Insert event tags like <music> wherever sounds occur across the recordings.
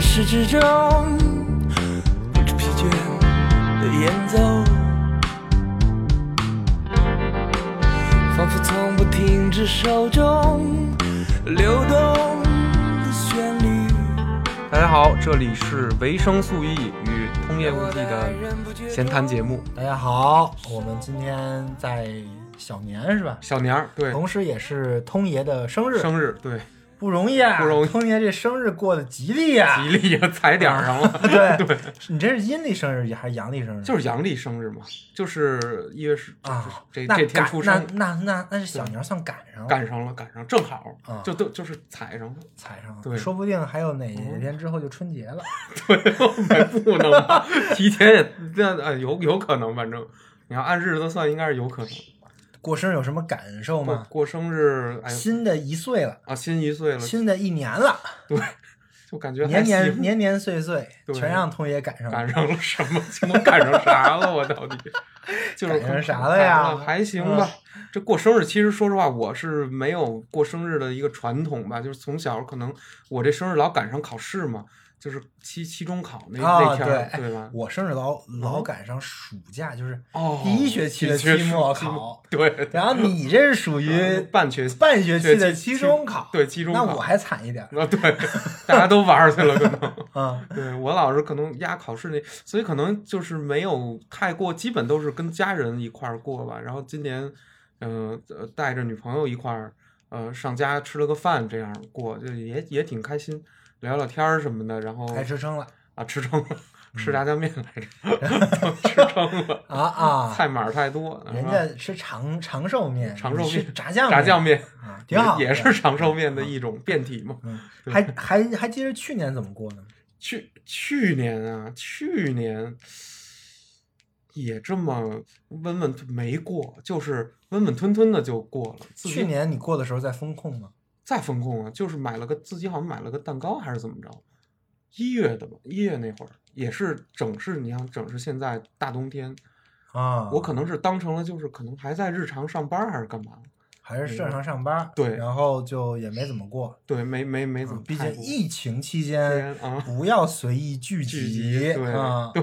始至终不知疲倦的演奏，仿佛从不停止手中流动的旋律。大家好，这里是维生素 E 与通夜无忌的闲谈节目。大家好，我们今天在小年是吧？小年儿对同时也是通爷的生日，生日对 <laughs> 不容易啊！不容易通爷这生日过得吉利呀、吉利也踩点儿上了， <laughs> <laughs> 对，你这是阴历生日还是阳历生日？就是阳历生日嘛，就是一月十啊，这那这天赶出那生那那那是小年算赶上了，赶上了，赶上正好啊，就都就是踩上了，踩上了，对说不定还有哪天之后就春节了。还不能 <laughs> 吧提前也那呃有有可能，反正你要按日子算，应该是有可能。过生日有什么感受过吗？过生日，哎新的一岁了，啊，新一岁了，新的一年了，就感觉还年行年年年岁岁，对全让通爷赶上了 <laughs> 赶。上了什么？我赶上啥了？我到底 <laughs> 就是赶上啥了呀赶嗯上还行吧。这过生日，其实说实话，我是没有过生日的一个传统吧，就是从小可能我这生日老赶上考试嘛，就是期期中考那、啊那天儿，对对吧？我生日老老嗯赶上暑假，就是哦，第一学期的学期末考，对，然后你这是属呃于 <laughs> 半学期，半学期对的期期中考，对期中那考，我还惨一点啊对，大家都玩儿去了，可能。啊。对我老是可能压考试那，所以可能就是没有太过，基本都是跟家人一块儿过吧。然后今年，呃，呃带着女朋友一块儿，呃，上家吃了个饭，这样过，就也也挺开心，聊聊天儿什么的。然后还吃嗯撑了啊，吃撑了，吃炸酱面来 <laughs> 着，吃撑了，啊啊！菜码儿太多，人然后家吃长长寿面，长寿你吃面炸酱炸酱面啊，挺好的，也也是长寿面的一种变体嘛。嗯。还还还记得去年怎么过的吗？去去年啊，去年也这么温温吞没过，就是温温吞吞的就过了。自己去年你过的时候在风控吗？再风控啊，就是买了个自己好像买了个蛋糕还是怎么着，一月的吧，一月那会儿也是整是，你看整是现在大冬天，啊，我可能是当成了就是可能还在日常上班还是干嘛，还是正常上班，对然后就也没怎么过，对，没没没怎么嗯毕太竟过疫情期天间啊不要随意 <laughs> 聚聚集，对啊，对，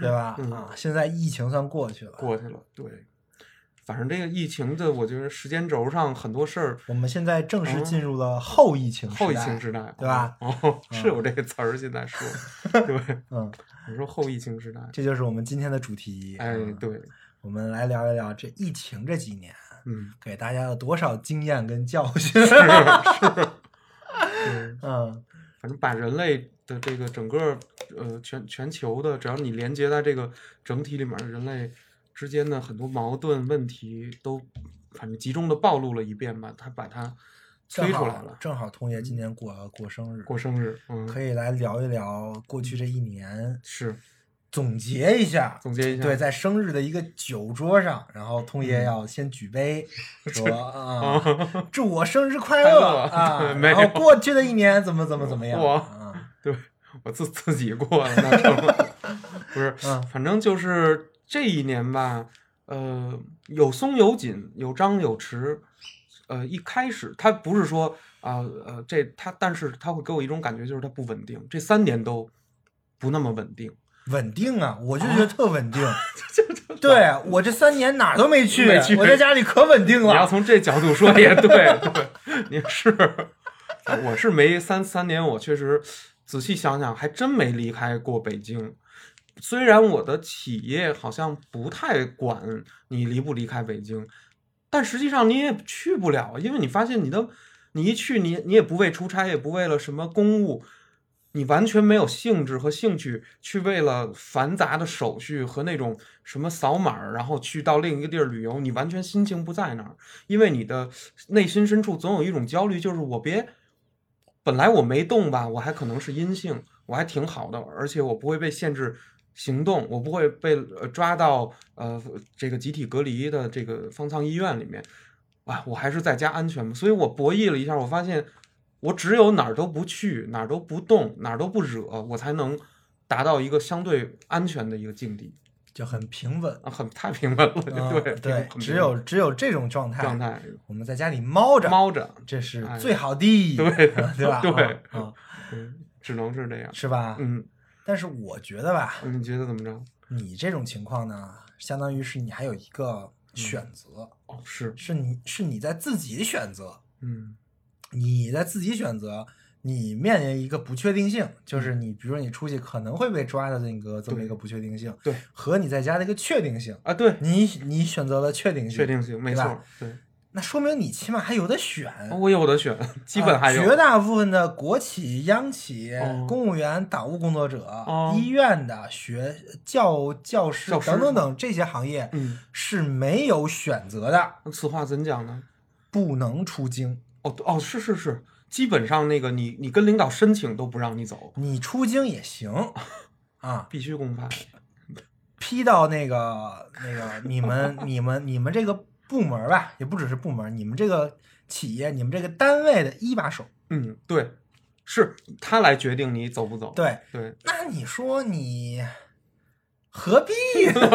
对吧？嗯啊，现在疫情算过去了，过去了，对。反正这个疫情的，我觉得时间轴上很多事儿我们现在正式嗯进入了后疫情时代。后疫情时代，对吧？哦，是有嗯这个词儿，现在 <laughs> 说，对，嗯，你说后疫情时代，这就是我们今天的主题。哎，嗯，对，我们来聊一聊这疫情这几年嗯，给大家有多少经验跟教训。是是，嗯， <laughs> 嗯，反正把人类的这个整个呃全全球的，只要你连接在这个整体里面，人类之间的很多矛盾问题都，反正集中的暴露了一遍吧，他把它正推出好来了。嗯正好通爷今年过过生日，过生日，嗯，可以来聊一聊过去这一年，是总结一下。总结一下，嗯对， <laughs> 在生日的一个酒桌上，然后通爷要先举杯，说哦啊，祝我生日快快乐乐啊！ <laughs> 没然后有过去的一年怎么怎么怎么样哇啊？对我自 <laughs> 自己过了，那成了不是，嗯反正就是这一年吧，呃，有松有紧，有张有弛。呃，一开始他不是说啊呃这他，但是他会给我一种感觉，就是他不稳定，这三年都不那么稳定，稳定啊，我就觉得特稳定。 <laughs> 对我这三年哪儿都没去，啊没去我在家里可稳定你要了。从这角度说也对，对，你 <laughs> 是，我是没三三年，我确实仔细想想，还真没离开过北京。虽然我的企业好像不太管你离不离开北京，但实际上你也去不了，因为你发现你的，你一去你你也不为出差，也不为了什么公务，你完全没有兴致和兴趣去为了繁杂的手续和那种什么扫码儿，然后去到另一个地儿旅游，你完全心情不在那儿，因为你的内心深处总有一种焦虑，就是我别，本来我没动吧，我还可能是阴性，我还挺好的，而且我不会被限制行动，我不会被呃抓到呃这个集体隔离的这个方舱医院里面，啊，我还是在家安全吧。所以我博弈了一下，我发现我只有哪儿都不去，哪儿都不动，哪儿都不惹，我才能达到一个相对安全的一个境地就很平稳，啊，很太平稳了，嗯 <laughs> 对对，很只平有稳只有这种状态，状态我们在家里猫着，猫着，这是哎最好 <laughs> 的，对 <laughs> 对吧？对啊，啊嗯只能是这样。是吧？嗯，但是我觉得吧，你觉得怎么着？你这种情况呢，相当于是你还有一个选择，哦，是，是你是你在自己选择，嗯你在自己选择，你面临一个不确定性，就是你比如说你出去可能会被抓的那个这么一个不确定性，嗯对和你在家的一个确定性，啊，对，你你选择了确定性，确定性，没对吧错，对，那说明你起码还有的选。啊我有的选，哦基本还有。啊绝大部分的国企、央企、哦公务员、党务工作者、哦医院的学教教师教师等等等这些行业嗯，是没有选择的，那此话怎讲呢？不能出京。哦对哦，是是是，基本上那个你你跟领导申请都不让你走，你出京也行 <laughs> 啊，必须公派。批到那个那个你们你们你们这个部门儿吧，也不只是部门儿，你们这个企业、你们这个单位的一把手。嗯，对，是他来决定你走不走。对，对那你说你何必呢？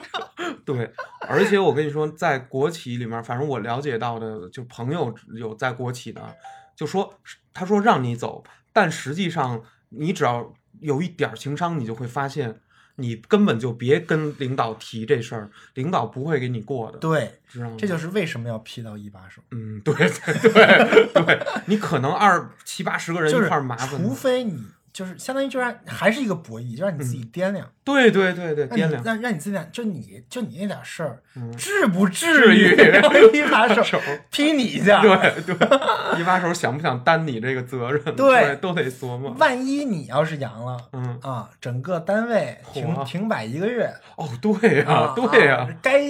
<laughs> 对，而且我跟你说，在国企里面，反正我了解到的，就朋友有在国企的，就说他说让你走，但实际上你只要有一点儿情商，你就会发现。你根本就别跟领导提这事儿，领导不会给你过的，对，知道吗？这就是为什么要批到一把手，嗯，对 <laughs> 对对对，你可能二七八十个人就一是块儿麻烦除你，非你就是相当于就让还是一个博弈，就让你自己掂量，对对对对，让你嗯掂量让让你自己量，就你就你那点事儿，嗯至不至至 <laughs> 于让一把手手，批你一 <laughs> 下？对对，一把手想不想担你这个责任，对都得琢磨。万一你要是阳了。嗯，啊，整个单位停嚯停摆一个月哦，对呀、啊对呀、啊该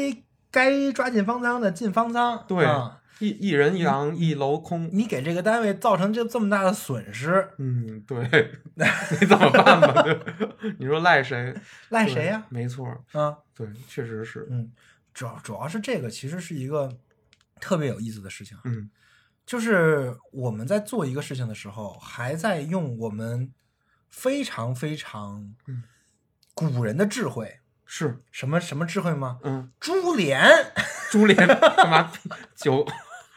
该抓进方舱的进方舱，对啊，一一人一狼一楼空，你给这个单位造成这这么大的损失，嗯，对， <laughs> 你怎么办吧？对， <laughs> 你说赖谁？赖谁呀、对没错，啊？对，确实是，嗯，主要主要是这个其实是一个特别有意思的事情啊，嗯就是我们在做一个事情的时候，还在用我们非常非常嗯古人的智慧，是，什么什么智慧吗？嗯，珠帘，珠帘干嘛？酒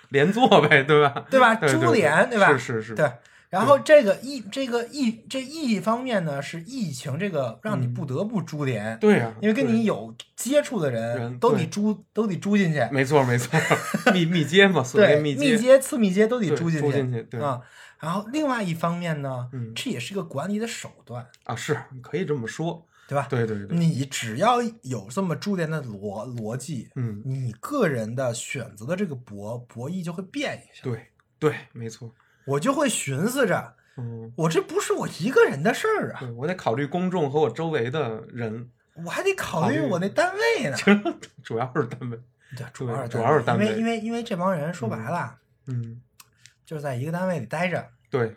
连坐呗，对吧？对吧？对对珠帘，对吧？是是是，对。然后这个疫，这个疫，这疫方面呢是疫情，这个让你不得不珠帘，嗯对呀、因为跟对你有接触的人人都得对珠，都得珠进去，没错没错， <laughs> 密密接嘛，所对，谓密接，接、次密接都得对住进住进去对啊。然后另外一方面呢，嗯这也是个管理的手段，啊，是可以这么说，对吧？对对对，你只要有这么珠帘的逻逻辑，嗯，你个人的选择的这个博博弈就会变一下。对对，没错，我就会寻思着，嗯，我这不是我一个人的事儿啊，对嗯我得考虑公众和我周围的人，我还得考虑考虑我那单位呢。 <laughs> 主要是他们，对，主要是主要是单因为位因为因为这帮人说白了、啊嗯，就是在一个单位里待着，对，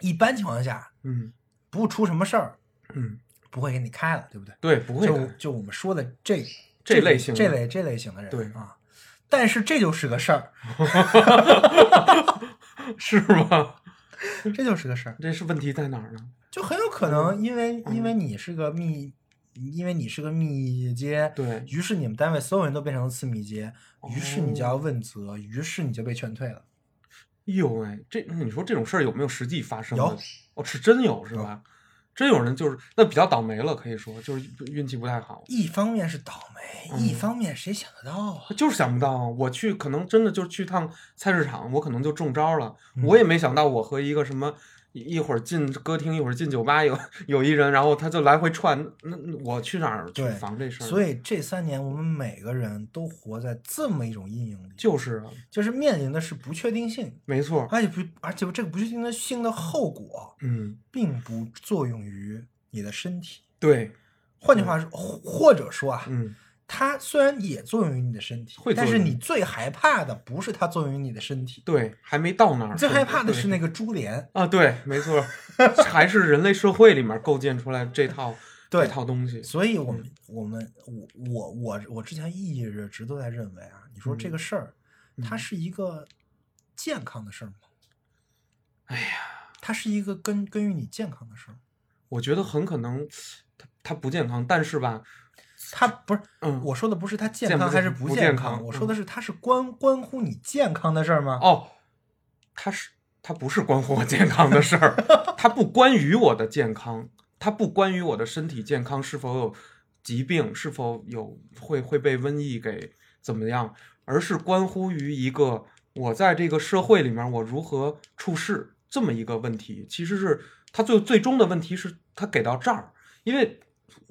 一般情况下嗯不出什么事儿，嗯，不会给你开了，对不对？对，不会就的，就我们说的这这类型的这类这类型的人，对啊。但是这就是个事儿，是吗？ <laughs> 这就是个事儿，这是嗯问题在哪儿呢？就很有可能因为因为你是个密，因为你是个密接，对于是你们单位所有人都变成了次密接，于是你就哦要问责，于是你就被劝退了。哟喂，这你说这种事儿有没有实际发生的？有哦，是真有是吧？真有人就是那比较倒霉了，可以说就是运气不太好。一方面是倒霉，嗯一方面谁想得到啊？就是想不到啊！我去，可能真的就去趟菜市场，我可能就中招了。嗯我也没想到，我和一个什么一一会儿进歌厅，一会儿进酒吧，有有一人，然后他就来回串。那那我去哪儿去对防这事儿？所以以这三年我们每个人都活在这么一种阴影里，就是啊就是面临的是不确定性，没错，而且不而且这个不确定性的后果嗯，并不作用于你的身体。对，换句话说，或或者说啊，嗯，它虽然也作用于你的身体会，作但用是你最害怕的不是它作用于你的身体，对，还没到那儿。你最害怕的是嗯对那个珠帘。啊，对，没错，还是人类社会里面构建出来这套对这套东西。所以我们我们我我我我之前一直都在认为啊，你说嗯这个事儿，它是一个健康的事儿吗？哎呀，它是一个根根于你健康的事儿吗，我觉得很可能它它不健康，但是吧，它不是。嗯，我说的不是它健健不康还是健不不健健康嗯我说的是它是关关乎你健康的事儿吗？哦，他是它不是关乎我健康的事儿，它不关于我的健康，它不关于我的身体健康是否有疾病，是否有会会被瘟疫给怎么样，而是关乎于一个我在这个社会里面我如何处事这么一个问题。其实是它最最终的问题是它给到这儿，因为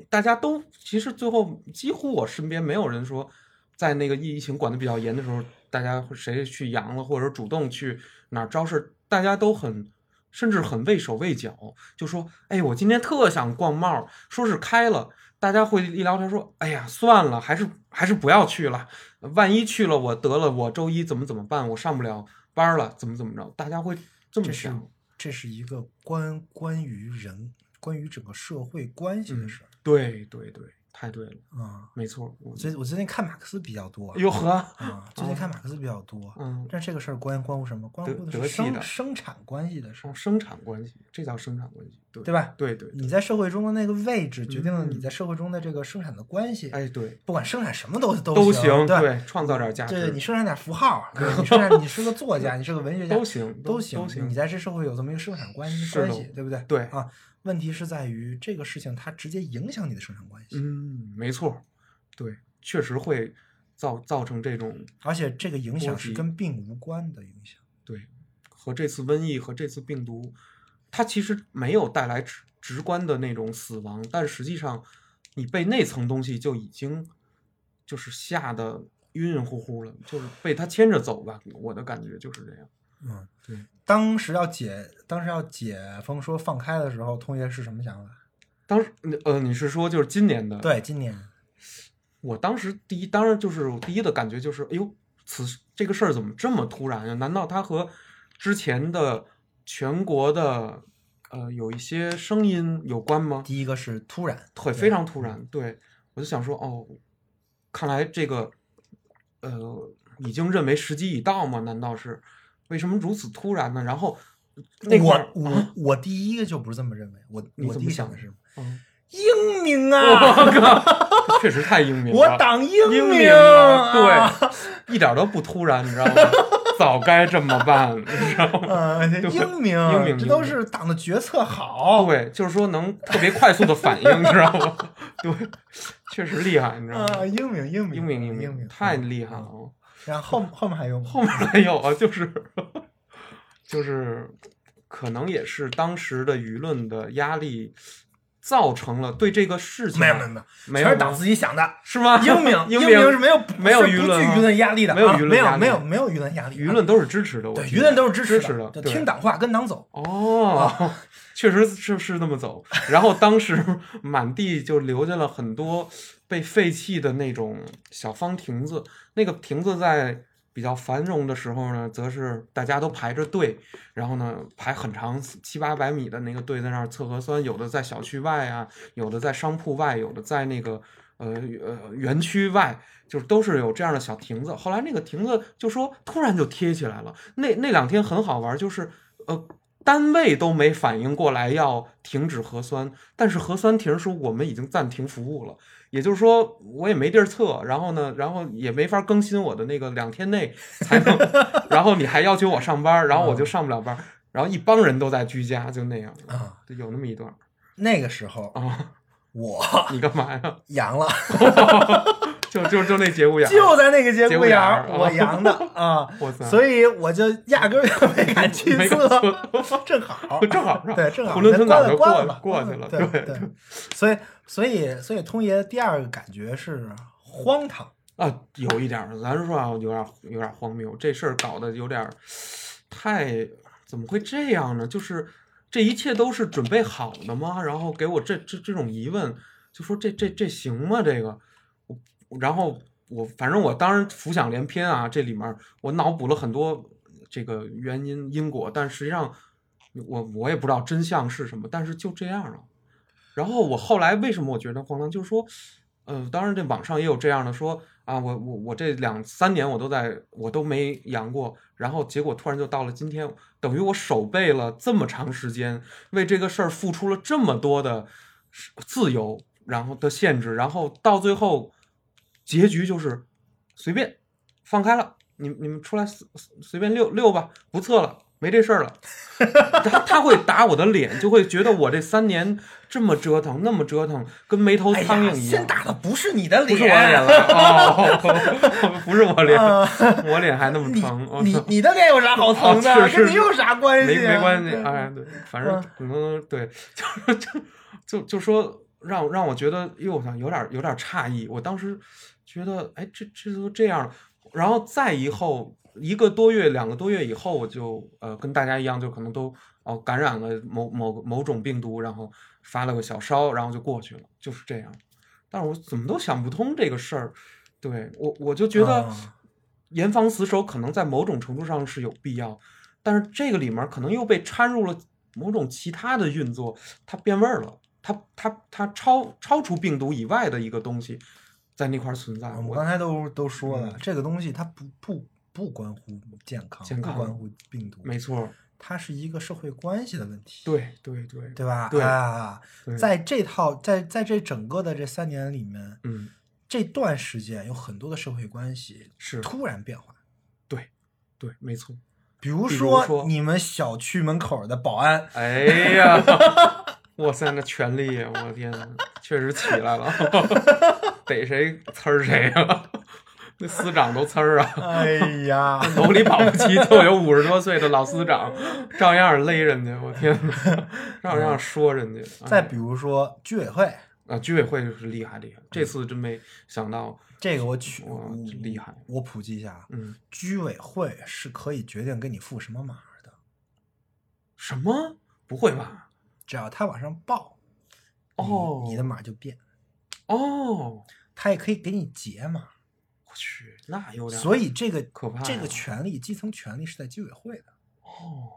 大家都其实最后几乎我身边没有人说，在那个疫情管得比较严的时候，大家会谁去阳了，或者主动去哪儿招事，大家都很甚至很畏手畏脚，就说：“哎，我今天特想逛帽儿，说是开了。”大家会一聊天说：“哎呀，算了，还是还是不要去了。万一去了，我得了，我周一怎么怎么办？我上不了班儿了，怎么怎么着？”大家会这么这是想。这是一个关关于人、关于整个社会关嗯系的事儿对对对，太对了，啊。没错。我最我最近看马克思比较多哟哦呵，啊，最近看马克思比较多。嗯，但这个事儿关关乎什么？关德乎德是系生的生产关系的事哦儿，生产关系，这叫生产关系，对对吧？对对对，你在社会中的那个位置，决定了你嗯在社会中的这个生产的关系。哎对，不管生产什么都都都行，对对，创造点价对，值你，生产点符号，对你生产，你是个 <laughs> 作家，你是个文学家，都行都行，都你在这社会有这么一个生产关系是的关系，对不对？对啊，问题是在于这个事情它直接影响你的生产关系，嗯，没错，对，确实会造造成这种而且这个影响是波及跟病无关的影响。对，和这次瘟疫和这次病毒，它其实没有带来直直观的那种死亡，但实际上你被那层东西就已经就是吓得晕晕乎乎了，就是被它牵着走吧，我的感觉就是这样。嗯，对。当时要解，当时要解封说放开的时候，通爷是什么想法？当时，呃，你是说就是今年的？对，今年我当时第一，当然就是我第一的感觉就是，哎呦，此事这个事儿怎么这么突然呀、难道它和之前的全国的呃有一些声音有关吗？第一个是突然，会非常突然。对我就想说，哦，看来这个呃已经认为时机已到吗？难道是为什么如此突然呢？然后那块我儿 <laughs> 啊我我第一个就不是这么认为，我你我怎第一么想想的的是嗯英明我啊，靠，确实太英明了。我党英英明啊，啊对，一点都不突然，你知道吗？早该这么办，你知道吗？呃，对英英明，明这都英明是党的决策好。对，就是说能特别快速的反应，你知道 <laughs> 吗？对，确实厉害，你知道啊，吗？英明，英明，英明英英明，太嗯厉害了！。然后后后面还有吗？后面还有啊，就是就是，可能也是当时的舆论的压力，造成了对这个事情没有没有没有，没有全是吗党自己 <laughs> 想的。是吗？英明，英明是没有没有是舆不论具啊舆论压力的啊，没有舆论没有压力没有没有舆论压力啊，舆论都是支持的，我对记舆得论都是支支持的，就对听党话跟党走。哦， <laughs> 确实是是那么走。然后当时 <laughs> 满地就留下了很多被废弃的那种小方亭子，那个亭子在比较繁荣的时候呢，则是大家都排着队，然后呢排很长七八百米的那个队在那儿测核酸，有的在小区外啊，有的在商铺外，有的在那个。呃呃，园区外就是都是有这样的小亭子。后来那个亭子就说突然就贴起来了。那那两天很好玩，就是呃单位都没反应过来要停止核酸，但是核酸亭说我们已经暂停服务了，也就是说我也没地儿测，然后呢，然后也没法更新我的那个两天内才能，然后你还要求我上班，然后我就上不了班，然后一帮人都在居家，就那样啊，就有那么一段那个时候啊，我 <laughs> <laughs> 你干嘛呀？阳了，就就就那节骨眼儿，就在那个节节骨骨眼儿儿我啊 <laughs> 阳的啊，哇塞，所以我就压根儿就没敢去嗯没敢测，正好 <laughs> 正好是吧对，正好囫囵吞枣那就关过了过关去了了，关对对。所以，所以，所以，通爷第二个感觉是荒唐，啊，有一点儿，咱说啊，有点儿有点儿荒谬，这事儿搞得有点儿太怎么会这样呢？就是这一切都是准备好的吗？然后给我这这这种疑问，就说这这这行吗？这个，我然后我反正我当然浮想联翩啊，这里面儿我脑补了很多这个原因因果，但实际上我我也不知道真相是什么，但是就这样了。然后我后来为什么我觉得荒唐，就是说，呃，当然这网上也有这样的说啊，我我我这两三年我都在我都没阳过，然后结果突然就到了今天，等于我守备了这么长时间，为这个事儿付出了这么多的自由，然后的限制，然后到最后结局就是随便放开了，你你们出来随随便溜溜吧，不测了，没这事儿了。 <laughs> 他他会打我的脸，就会觉得我这三年这么折腾，那么折腾，跟没头哎苍蝇呀，一先样。打的不是你的不是我的脸了，哦， <laughs> 不是我脸，啊我脸还那么你疼。哦你你的脸有啥好疼的？啊是是跟你有啥关系、没啊？没关系，对哎，对，反正嗯可能对，就是就就就说让让我觉得，哟，我想有点有点诧异，我当时觉得，哎，这这都这样了，然后再以后一个多月、两个多月以后，我就呃跟大家一样，就可能都哦、感染了某某某种病毒，然后发了个小烧，然后就过去了，就是这样。但是我怎么都想不通这个事儿，对我我就觉得。啊严防死守可能在某种程度上是有必要，但是这个里面可能又被掺入了某种其他的运作，它变味儿了，它它它超超出病毒以外的一个东西在那块儿存在。嗯我们我刚才都都说了，嗯这个东西它不不不关乎健康，健康不关乎病毒，没错儿，它是一个社会关系的问题，对对对对吧？对啊，对，在这套在在这整个的这三年里面，嗯这段时间有很多的社会关系是突然变化，对没错。比如比如说说你们小区门口的保安， <laughs> 哎呀，哇塞，那权力，我的天呐，确实起来了， <laughs> 逮谁呲儿谁啊， <laughs> 那司长都呲儿啊。哎呀， <laughs> 楼里保不齐就有五十多岁的老司长，照样勒人家，我天 <laughs> 哪，照样说人家。哎嗯再比如说居委会，啊，居委会是厉害厉害，这次真没想到，这个我取哇我真厉害我普及一下啊，嗯，居委会是可以决定给你付什么码的，什么？不会吧？只要他往上报，你哦，你的码就变，哦，他也可以给你解码，我去，那有点儿，所以这个可怕哎呀这个权利，基层权利是在居委会的，哦，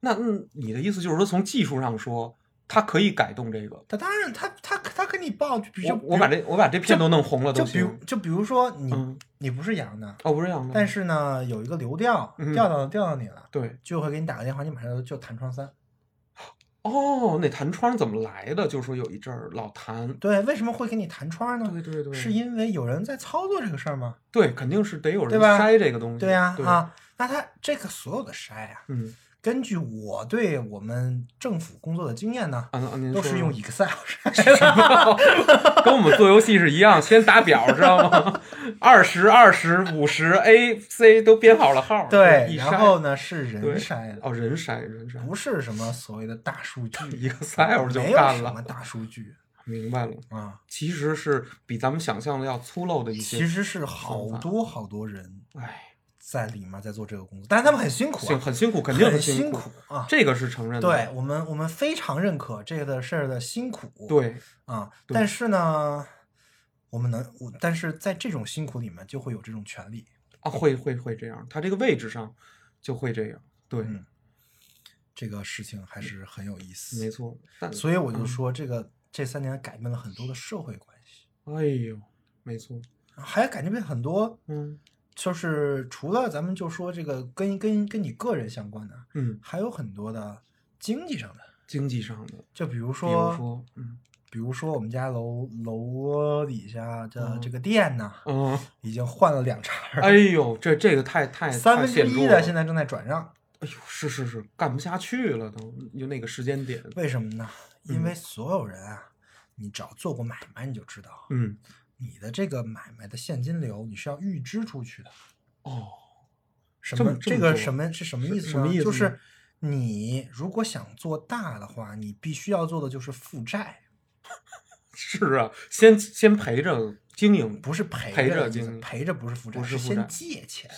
那嗯，你的意思就是说，从技术上说，它可以改动这个。他当然他他他跟你报，就比如我就我把这我把这片都弄红了就都比如行。就比如说你、嗯你不是阳的，哦，不是这样的。但是呢有一个流调嗯调到调到你了，对，居委会给你打个电话，你马上就弹窗三。哦，那弹窗怎么来的？就说有一阵儿老弹，对，为什么会给你弹窗呢？对对对，是因为有人在操作这个事儿吗？对，肯定是得有对人吧筛这个东西。对呀、啊，对，那他这个所有的筛啊，嗯，根据我对我们政府工作的经验呢，啊，那您都说说是 <laughs> 用 Excel 筛的。跟我们做游戏是一样，先打表，知道吗？ <laughs> 二十二十五十 A C 都编好了号，对，一然筛后呢是人对筛的，哦，人筛人筛不是什么所谓的大数据， <laughs> 一个 Excel 就没有干什么了，大数据明白了，啊，其实是比咱们想象的要粗陋的一些，其实是好方法多好多人哎，在里面在做这个工作，但是他们很辛苦、辛啊，很辛苦，肯定很很辛苦，啊。这个是承认对的，我们，我们非常认可这个事儿的辛苦，对啊，对但是呢，我们能，我但是在这种辛苦里面就会有这种权利，啊，会会会这样，他这个位置上就会这样，对，嗯这个事情还是很有意没思。错，嗯但所以我就说，这个这三年改变了很多的社会关系，哎呦，没错，还改变很多，嗯就是除了咱们就说这个跟跟跟你个人相关的，嗯，还有很多的经济上的，经济上的，就比如比如说，说，嗯比如说我们家楼楼底下的嗯这个店呢，嗯，已经换了两茬儿，哎呦，这这个太太三哎太分之显一著的了现在正在转让。哎呦，是是是，干不下去了都，就那个时间点，为什么呢？因嗯为所有人啊，你只要做过买卖，你就知道，嗯，你的这个买卖的现金流你是要预支出去的。哦，什这么么这么个多什么是什么是意思呢？什么意思就呢是你如果想做大的话，你必须要做的就是负债，是啊，先先陪着经营，不是赔陪着着的意思经赔着不是负债，不是负先债借钱，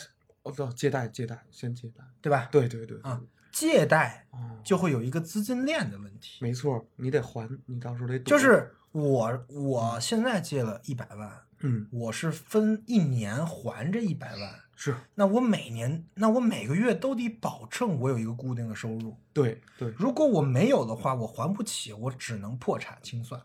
哦，不借贷借贷，先借贷，对吧？对对对，啊，借贷哦，就会有一个资金链的问题，没错，你得还，你到时候得躲就是我我现在借了一百万，嗯我是分一年还这一百万。是那我每年，那我每个月都得保证我有一个固定的收入。对对，如果我没有的话，我还不起，我只能破产清算。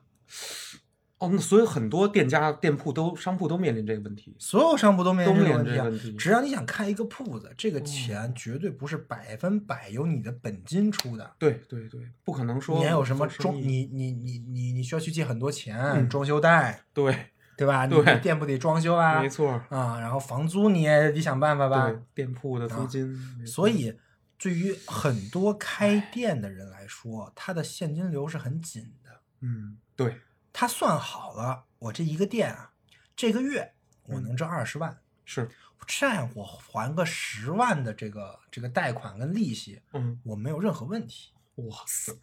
哦，那所以很多店家店铺都商铺都面临这个问题，所有商铺都面临都这个面问临题啊这个问题只要你想开一个铺子，这个钱绝对不是百分百由你的本金出的。对对对，不可能说你还有什么做生装？意你你你你你需要去借很多钱，嗯装修贷，对，对吧？你对你店铺得装修啊没，错，啊，然后房租你也得想办法吧对。，店铺的租啊金，没错所以对于很多开店的人来说，他的现金流是很紧的。嗯，对，他算好了，我这一个店啊，这个月我嗯能挣二十万，是，这样我还个十万的这个这个贷款跟利息，嗯，我没有任何问题。哇塞，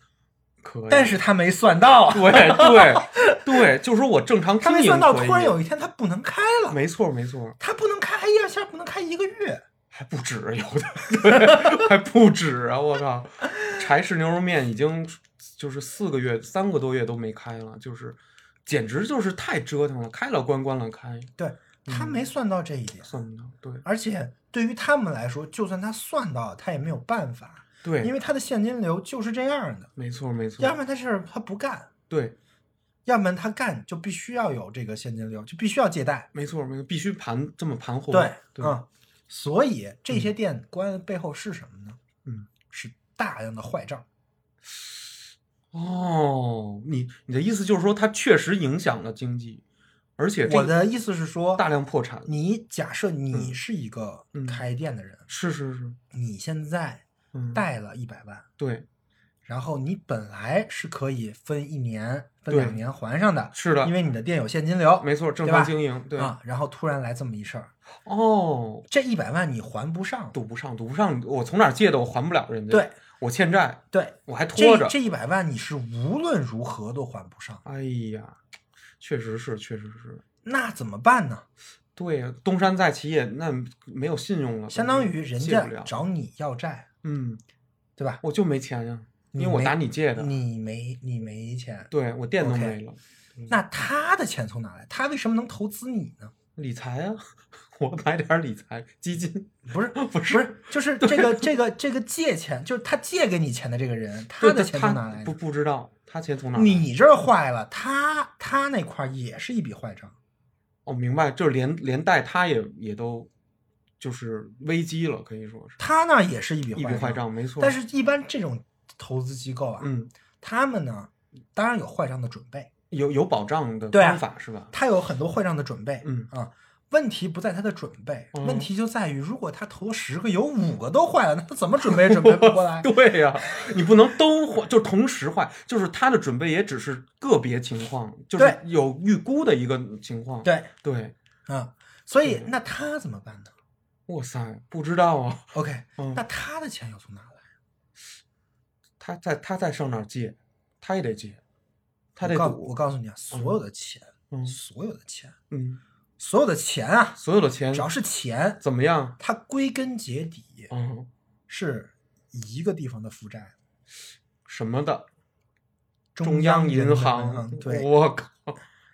可以。但是他没算到啊，对对对，就是我正常他没经算营到，可以突然有一天他不能开了，没错没错，他不能开，哎呀，下不能开一个月。还不止有的，对，还不止啊！我靠，柴氏牛肉面已经就是四个月、三个多月都没开了，就是简直就是太折腾了，开了关，关了开，对嗯他没算到这一点，算不到，对而且对于他们来说，就算他算到了，他也没有办法，对，因为他的现金流就是这样的，没错没要不错，然他事儿他不干，对，要不然他干就必须要有这个现金流，就必须要借贷。没错没错，必须盘这么盘活，对，对，嗯，所以这些店关的背后是什么呢？嗯，是大量的坏账。哦，你你的意思就是说，它确实影响了经济，而且这我个的意思是说，大量破产，你假设你嗯是一个嗯开店的人，是是是，你现在嗯，贷了一百万，对，然后你本来是可以分一年、分对两年还上的，是的因，为你的店有现金流，没错，正对常吧经营，对，啊。然后突然来这么一事儿，哦，这一百万你还不上，赌不上，赌不上，我从哪儿借的？我还不了人家，对，我欠债，对，我还拖这着。这一百万你是无论如何都还不上，哎呀，确实是，确实是，那怎么办呢？对呀，东山再起也那没有信用了，相当感于觉人借不家了。找你要债，嗯，对吧？我就没钱呀，因你为我没打你借的，你没你没钱，对我店都 OK 没了，那他的钱从哪来？他为什么能投资你呢？理财啊，我买点儿理财基金，不 <laughs> 是不不是。是，就是这个这个这个借钱，就是他借给你钱的这个人，对他的钱从哪来不的？不知道他钱从哪儿来？你这儿坏了，他他那块儿也是一笔坏账。哦，明白，就是连连带他也也都就是危机了，可以说是他那儿也是一笔一笔坏账，没错。但是，一般这种投资机构啊，嗯，他们呢，当然有坏账的准备，有有保障的对啊方法是吧？他有很多坏账的准备，嗯啊，问题不在他的准备，嗯问题就在于，如果他投十个有五个都坏了，那他怎么准备也准备不过来？ <laughs> 对呀、你不能都坏，就同时坏，就是他的准备也只是个别情况，就是对有预估的一个情况。对，对，啊，所以嗯那他怎么办呢哇塞，不知道啊， ？OK，嗯那他的钱又从哪来？他在他在上哪儿借，他也得借，他得我告赌我，告诉你啊，所有的钱，嗯所有的钱，嗯，所有的钱啊，所有的钱只要是钱，怎么样？它归根结底嗯，是一个地方的负债，什么的，中央银银行嗯对，我靠，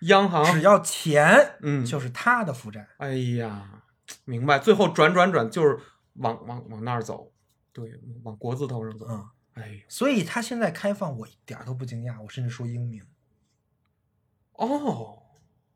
央行，只要钱嗯，就是他的负债。哎呀，明白，最后转转转就是往往往那儿走，对，往国字头上走。嗯，哎呦，所以他现在开放，我一点儿都不惊讶，我甚至说英明。哦，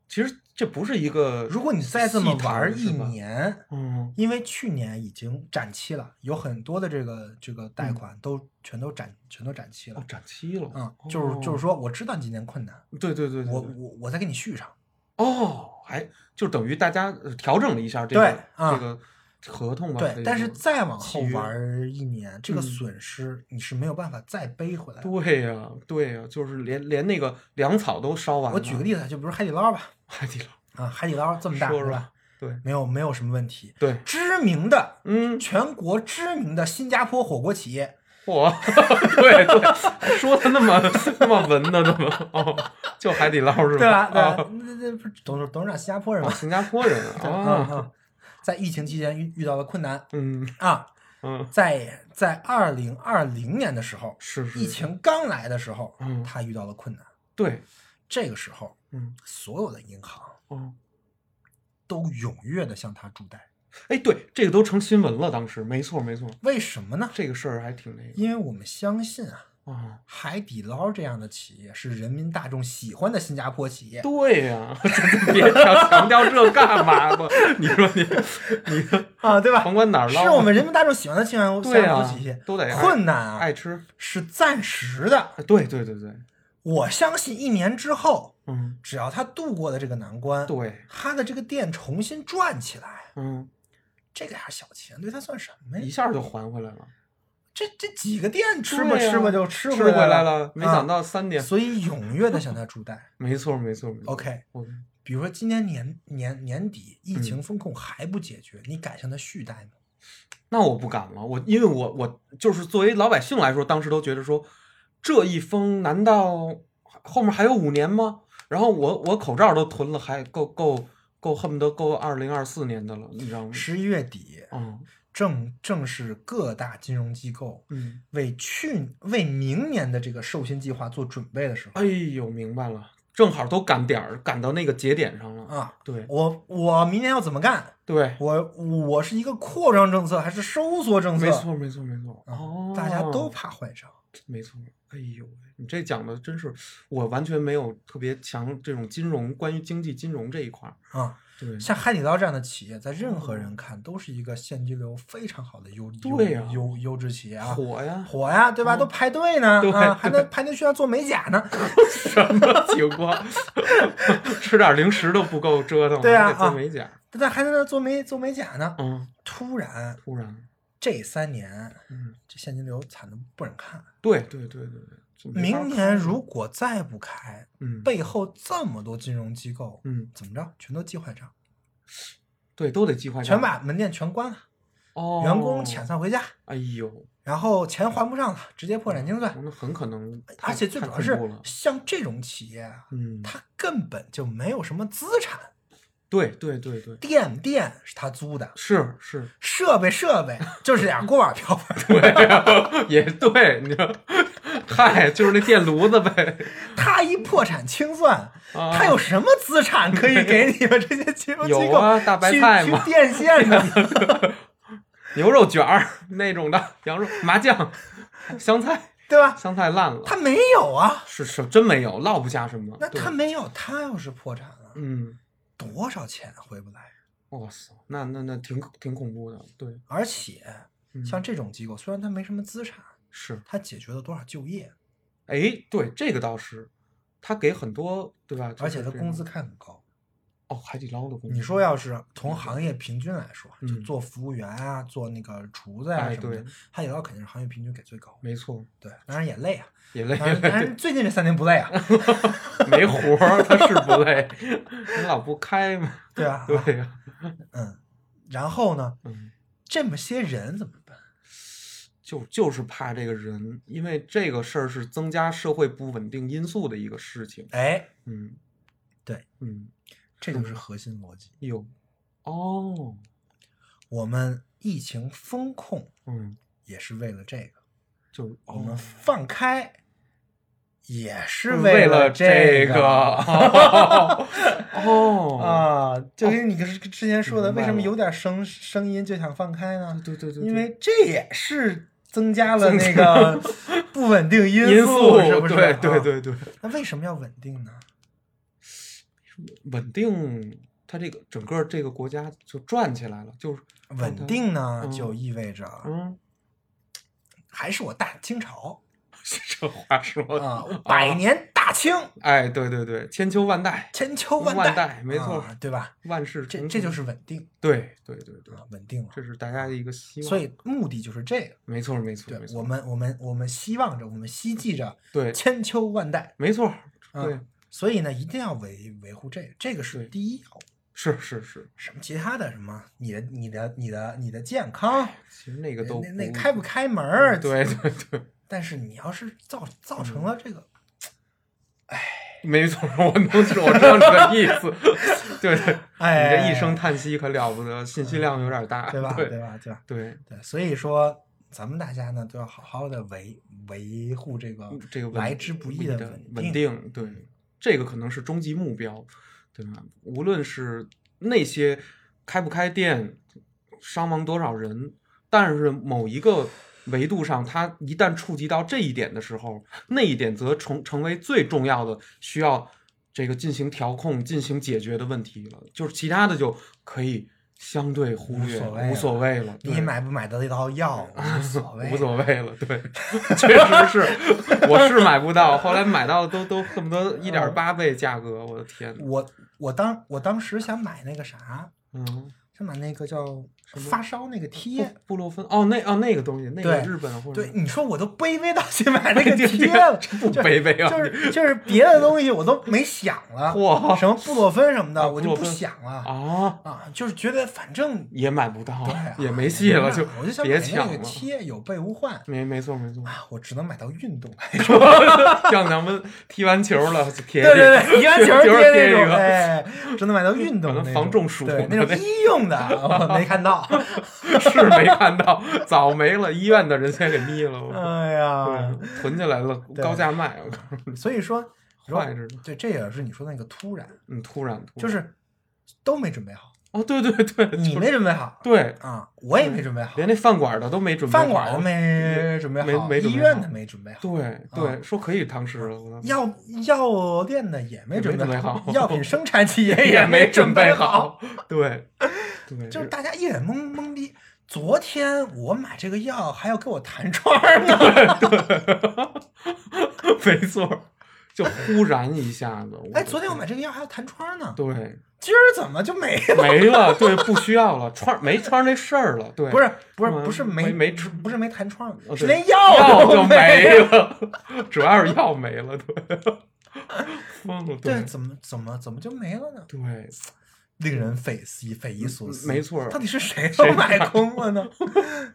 其实这不是一个，如果你再这么系统玩儿一是吧年，嗯，因为去年已经展期了，有很多的这个这个贷款都全都展全都展期嗯哦了，。展期了，嗯，就是就说，是说，我知道你今年困难，对对对对我对我我再给你续上。哦，还就等于大家呃调整了一下这对个啊这个合同吧，可对，以但是说再往啊契后约玩儿一年，这个嗯损失你是没有办法再背回来的。对呀、对呀、就是连连那个粮草都烧完了。我举个例子，就比如海底捞吧，海底捞，啊，海底捞这么大说是说吧？， <laughs> 对没有没有什么问题，对，知名的嗯，全国知名的新加坡火锅企业，我， <laughs> 对对，说的那么那么文呢，怎么哦，就海底捞是吧？对吧？对吧哦，那那不是董事董事长新加坡人哦吗？新加坡人 <laughs> 对吧啊，嗯哦嗯在疫情期间遇遇到了困难嗯啊，嗯，在在二零二零年的时候，是是疫情刚来的时候嗯，他遇到了困难，对，这个时候嗯所有的银行哦，都踊跃的向他助贷，哎，对，这个都成新闻了，当时没错没错，为什么呢？这个事儿还挺那个因为我们相信啊，啊，海底捞这样的企业是人民大众喜欢的新加坡企业。对呀， <laughs> 别强强调这干嘛 <laughs> 吧？你说你你啊，对吧？甭管哪儿捞，是我们人民大众喜欢的新加坡新对哎加啊坡企业，，都得爱困难啊爱吃，啊是暂时的。对对对嗯对，我相信一年之后，嗯，只要他度过了这个难关，对，他的这个店重新转起来，嗯，这个点儿小钱对他算什么一呀？下就还回来了。这这几个店吃吧对呀吃吧就吃吃回回来来啊嗯了，没想到三 <laughs> 点，所以踊跃的向他助贷。没错没错没错。 OK，我比如说今年年年年底疫嗯情风控还不解决，你敢向他续贷吗？那我不敢了，我因为我我就是作为老百姓来说，当时都觉得说这一封难道后面还有五年吗？然后我我口罩都囤了，还够够够恨不得够二零二四年的了，你知道吗？十一月底，嗯正正是各大金融机构嗯，为去为明年的这个授信计划做准备的时候哎呦，明白了，正好都赶点儿，赶到那个节点上了。啊。对我我明年要怎么干？对，我我是一个扩张政策还是收缩政策？没错没错没错。啊哦，大家都怕坏账。没错。哎呦喂，你这讲的真是我完全没有特别强这种金融关于经济金融这一块儿。啊、对，像海底捞这样的企业，在任何人看都是一个现金流非常好的优优嗯对呀优优质企业啊，火呀，火呀，对吧？都排队呢，嗯对啊，还对能排队需要做美甲呢，什么情况？ <laughs> 吃点零食都不够折腾，对啊还得做美甲。但还在那做美做美甲呢。嗯，突然突然，这三年，嗯，这现金流惨的不忍看。对对对对对，就没法明年如果再不开，嗯背后这么多金融机构，嗯，怎么着，全都记坏账，对，啊都得计划全把门店全关了，哦，员工遣。散回家，哎呦，然后钱还不上了，直接破产清算。那很可能嗯太，而且最主要太恐怖是了，像这种企业啊，嗯，它根本就没有什么资产，对对对对，店店是他租的，是是，设备设备就是俩锅碗瓢盆，对啊，也对，你说，嗨，就是那电炉子呗。他一破产清算，啊他有什么资产可以给你们这些金融机有构啊大白去菜去嘛变 <laughs> 现呢？牛肉卷儿那种的，羊肉麻酱、香菜，对吧？香菜烂了。他没有啊，是是，真没有，落不下什么。那对他没有，他要是破产了，嗯，多少钱回不来？哇塞，那那那挺挺恐怖的，对，而且嗯、像这种机构，虽然他没什么资产，是，他解决了多少就业，哎，对，这个倒是，他给很多，对吧？就而是且他这工资种开很高。哦，海底捞的工资，你说要是从行业平均来说，就嗯做服务员啊，做那个厨子呀、哎什么的对，海底捞肯定是行业平均给最高。没错，对，当然也累啊，也累当然当然最近这三年不累啊， <laughs> 没活儿，他是不累， <laughs> 你老不开嘛，对啊，对呀、嗯，然后呢，嗯，这么些人怎么办？就就是怕这个人，因为这个事儿是增加社会不稳定因素的一个事情，哎，嗯，对，嗯，这就是核心逻辑。有，哦，我们疫情风控嗯，也是为了这个，就是我们哦放开也是为了这个哦 <laughs> 哦， <laughs> 啊，就跟你之之前说的，明白为什么了有点声声音就想放开呢？对对对，因为这也是增加了那个不稳定因因素，是不是？对对啊。对对，那为什么要稳定呢？稳定它这个整个这个国家就转起来了，就是稳，定呢，嗯就意味着嗯，还是我大清朝 <laughs> 这话说的啊，百，年大清，哎，对对对，千秋万代，千秋万代，代没错啊对吧？万事这重这就生是稳定对对对对，啊，稳定了。这是大家的一个希望，所以目的就是这个，没错没错对没我错，们我们我们希望着，我们希冀着对，千秋万代，没错，啊对，所以呢，一定要维维护这个，这个是对第一要务。是是是，什么其他的什么，你的你的你的你的健康，其实那个都那那不嗯开不开门儿？对嗯对对。但是你要是造造成了这个，没错，我能，我知道你的意思。 <laughs> 对对，你哎，这一声叹息可了不得，信息量有点大，对吧？啊对吧？对吧？对对，所以说咱们大家呢都要好好的维维护这个嗯这个稳来之不易的的稳嗯稳定，对这个可能是终极目标，对吧？无论是那些开不开店，伤亡多少人，但是某一个。维度上，它一旦触及到这一点的时候，那一点则成成为最重要的，需要这个进行调控、进行解决的问题了。就是其他的就可以相对忽略，无所谓了无所谓了。对你买不买得到药无所谓， <laughs> 无所谓了，对， <laughs> 确实是，我是买不到，后来买到的都都恨不得一点八倍价格，我的天，我我当我当时想买那个啥，嗯，想把那个叫什么发烧那个贴，布洛芬哦，那哦那个东西，那个对日本或者对，你说我都卑微到 <laughs> 去买那个这贴了，这不卑微啊！就是就是别的东西我都没想 <laughs> 了，嚯什么布洛芬什么啊的，我布就洛不芬想了啊，啊，就是觉得反正也买不到对啊，也没戏了，就我就想买别那抢个了。贴，有备无患没没错没 <laughs> 错，啊，我只能买到运动。像咱们踢完球了，贴对对对，一篮球球贴贴一那种，个哎，只能买到运动可能那防种中暑对的那种那医用 <laughs> 的，我没看到。是没看到，早没了，医院的人先给眯了，我哎呀，对，囤起来了，对高价卖，我靠，所以说，你坏说着呢。对，这也是你说的那个突然，嗯，突然，突然就是都没准备好，哦，对对对，你就是没准备好对，啊，我也没准备好，连那饭馆的都没准备好，饭馆都没准备好，没没准备医院好的没准备好，对啊对，说可以堂食了，我操药药店的也没也准没准备备好药品 <laughs> 生产企业 <laughs> 也没没准备备好， <laughs> 对对，就是大家一脸懵懵逼。昨天我买这个药还要给我弹窗呢，没错，就忽然一下子，哎，昨天我买这个药还要弹窗呢，对今儿怎么就没了？没了，对，不需要了，串没串这事儿了，对，不是不是嗯不是没没没吃不是没弹窗哦，是对连药药都就没没了。了，主要是药没了，对，疯了，对，嗯对怎么怎么怎么就没了呢？对，令人匪思匪夷所嗯思。没错到底是谁谁都买空 <laughs> 了呢？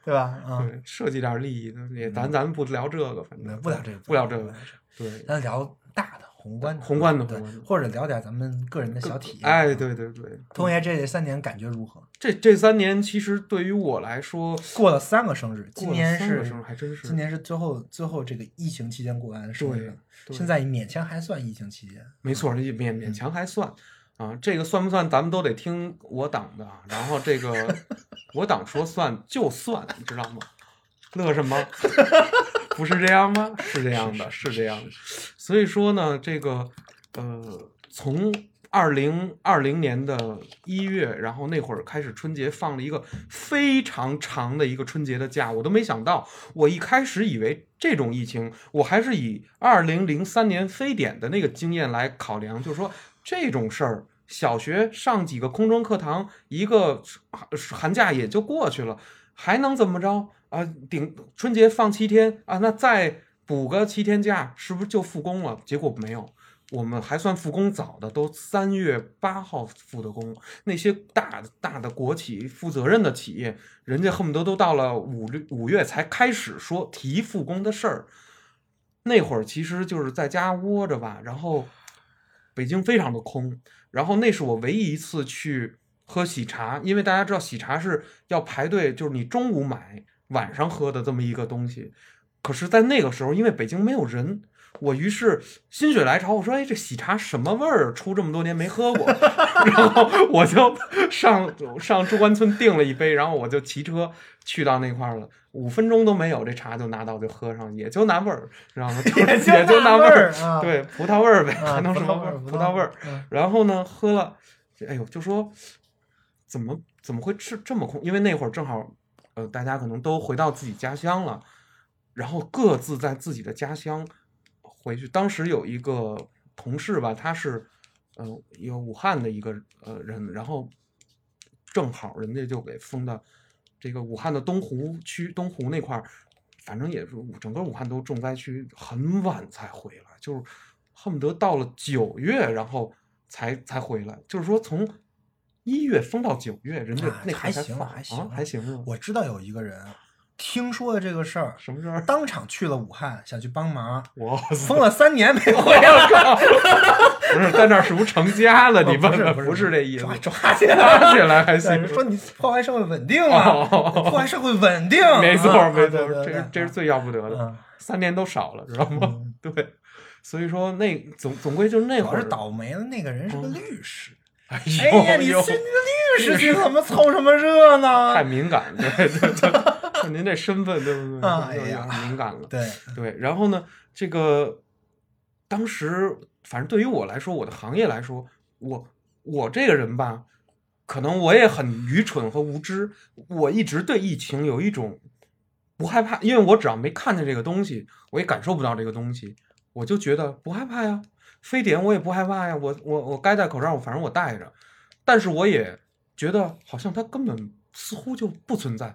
对吧？啊，对，设计点利益，嗯也咱咱不聊这个，反正不聊这个，不聊这不个，对，嗯咱聊大的宏观的，宏观的对宏观的，或者聊点咱们个人的小体验。嗯哎，，对对对，童爷这三年感觉如何？这这三年其实对于我来说，过了三个生日，今过了年三个生日是还真是今年是最后最后这个疫情期间过完的生日了，对现在勉强还算疫情期 <laughs> 间。没错，也勉勉强还算啊。这个算不算？咱们都得听我党的啊。然后这个 <laughs> 我党说算就算，你知道吗？乐什么？ <laughs> 不是这样吗？是这样的，是这样的。所以说呢，这个呃，从二零二零年的一月，然后那会儿开始春节放了一个非常长的一个春节的假，我都没想到。我一开始以为这种疫情，我还是以二零零三年非典的那个经验来考量，就是说这种事儿。小学上几个空中课堂，一个寒寒假也就过去了，还能怎么着啊？顶春节放七天啊，那再补个七天假，是不是就复工了？结果没有，我们还算复工早的，都三月八号复的工。那些大大的国企、负责任的企业，人家恨不得都到了五六五月才开始说提复工的事儿。那会儿其实就是在家窝着吧，然后北京非常的空，然后那是我唯一一次去喝喜茶，因为大家知道喜茶是要排队，就是你中午买晚上喝的这么一个东西。可是，在那个时候，因为北京没有人，我于是心血来潮，我说：“哎，这喜茶什么味儿？出这么多年没喝过。” <laughs> 然后我就上上中关村订了一杯，然后我就骑车去到那块儿了，五分钟都没有，这茶就拿到就喝上，也就那味儿，知道吗？就也就也就那那味味儿儿啊， <laughs> 对，葡萄味儿呗，啊还能什么味儿？葡萄味儿。。嗯然后呢，喝了，哎呦，就说怎么怎么会吃这么空？因为那会儿正好，呃，大家可能都回到自己家乡了，然后各自在自己的家乡回去。当时有一个同事吧，他是呃一个武汉的一个呃人，然后正好人家就给封到这个武汉的东湖区东湖那块儿，反正也是武整个武汉都重灾区，很晚才回来，就是恨不得到了九月，然后才才回来，就是说从一月封到九月，人家啊那还才行放还啊行还行啊，我知道有一个人听说了这个事儿，什么时候？当场去了武汉，想去 <laughs> 帮忙，我操！封了三年没回来。不是在那儿是不是成家 <laughs> 了？你问不是问，不是不是这意思抓。抓起来搭起来还行啊对，，说你破坏社会稳定哦了，哦哦破坏社会稳定， <laughs> 没错啊没错对，对这对是这是最要不得的，嗯三年都少了，知道吗嗯？ <laughs> 对，所以说那总总归就是那主会要儿是，倒霉的那个人嗯是个律师。 <laughs> 哎哎呦呀，你呦是个律师，你怎么凑什么热太闹？啊敏感，对对对， <laughs> 就您这身份对不对？ <laughs> 哎有点呀敏感了。对，对，然后呢，这个当时反正对于我来说，我的行业来说，我我这个人吧，可能我也很愚蠢和无知，我一直对疫情有一种不害怕，因为我只要没看见这个东西，我也感受不到这个东西，我就觉得不害怕呀。非典我也不害怕呀，我我我该戴口罩，我反正我戴着，但是我也觉得好像它根本似乎就不存在。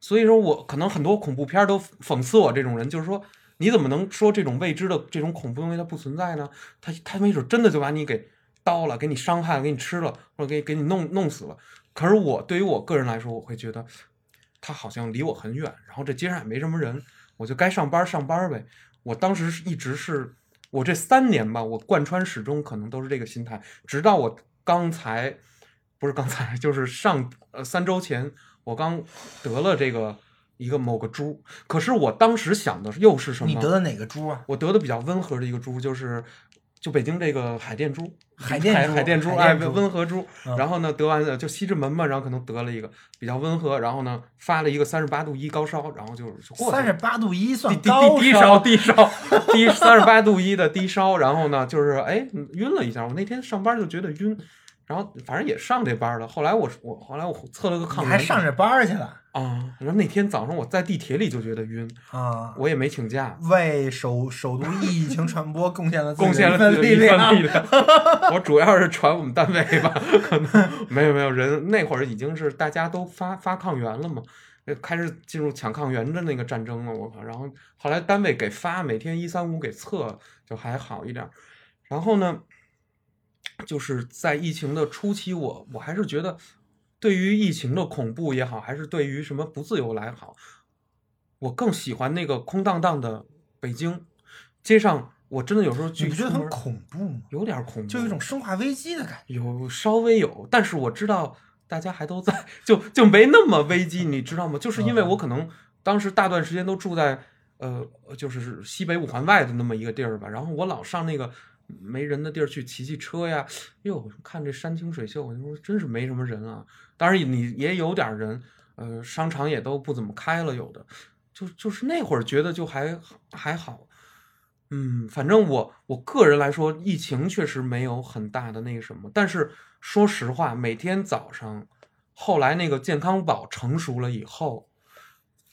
所以说我可能很多恐怖片儿都讽刺我这种人，就是说你怎么能说这种未知的这种恐怖东西它不存在呢？它它没准真的就把你给刀了，给你伤害了，给你吃了，或者给给你弄弄死了。可是我对于我个人来说，我会觉得它好像离我很远，然后这街上也没什么人，我就该上班上班呗。我当时是一直是我这三年吧，我贯穿始终可能都是这个心态，直到我刚才不是刚才，就是上呃三周前我刚得了这个一个某个猪，可是我当时想的又是什么？你得的哪个猪啊？我得的比较温和的一个猪，就是就北京这个海淀猪，海淀海猪海淀猪，海哎，淀猪温和猪。嗯然后呢，得完了就西直门嘛，然后可能得了一个比较温和，然后呢发了一个三十八度一高烧，然后就就过去了。三十八度一低算低高低低烧，低烧，低三十八度一的低烧，然后呢，就是哎晕了一下。我那天上班就觉得晕，然后反正也上这班了。后来我我后来我测了个抗你原，还上着班儿去了啊？然后那天早上我在地铁里就觉得晕，啊？我也没请假，为首首都疫情传播贡献了自己贡献的了一份自己力一份力量。量。 <laughs> 我主要是传我们单位吧，可能没有没有人那会儿已经是大家都发发抗原了嘛，呃开始进入抢抗原的那个战争了。我靠！然后后来单位给发，每天一三五给测，就还好一点儿。然后呢，就是在疫情的初期我，我还是觉得，对于疫情的恐怖也好，还是对于什么不自由来好，我更喜欢那个空荡荡的北京街上。我真的有时候你去不觉得出门很恐怖吗？有点恐怖，就有一种生化危机的感觉。有稍微有，但是我知道大家还都在，就就没那么危机，你知道吗？就是因为我可能当时大段时间都住在呃，就是西北五环外的那么一个地儿吧，然后我老上那个没人的地儿去骑骑车呀，哟，看这山清水秀，我就说真是没什么人啊。当然你也有点人，呃，商场也都不怎么开了，有的就就是那会儿觉得就还还好。嗯，反正我我个人来说，疫情确实没有很大的那个什么，但是说实话，每天早上，后来那个健康宝成熟了以后，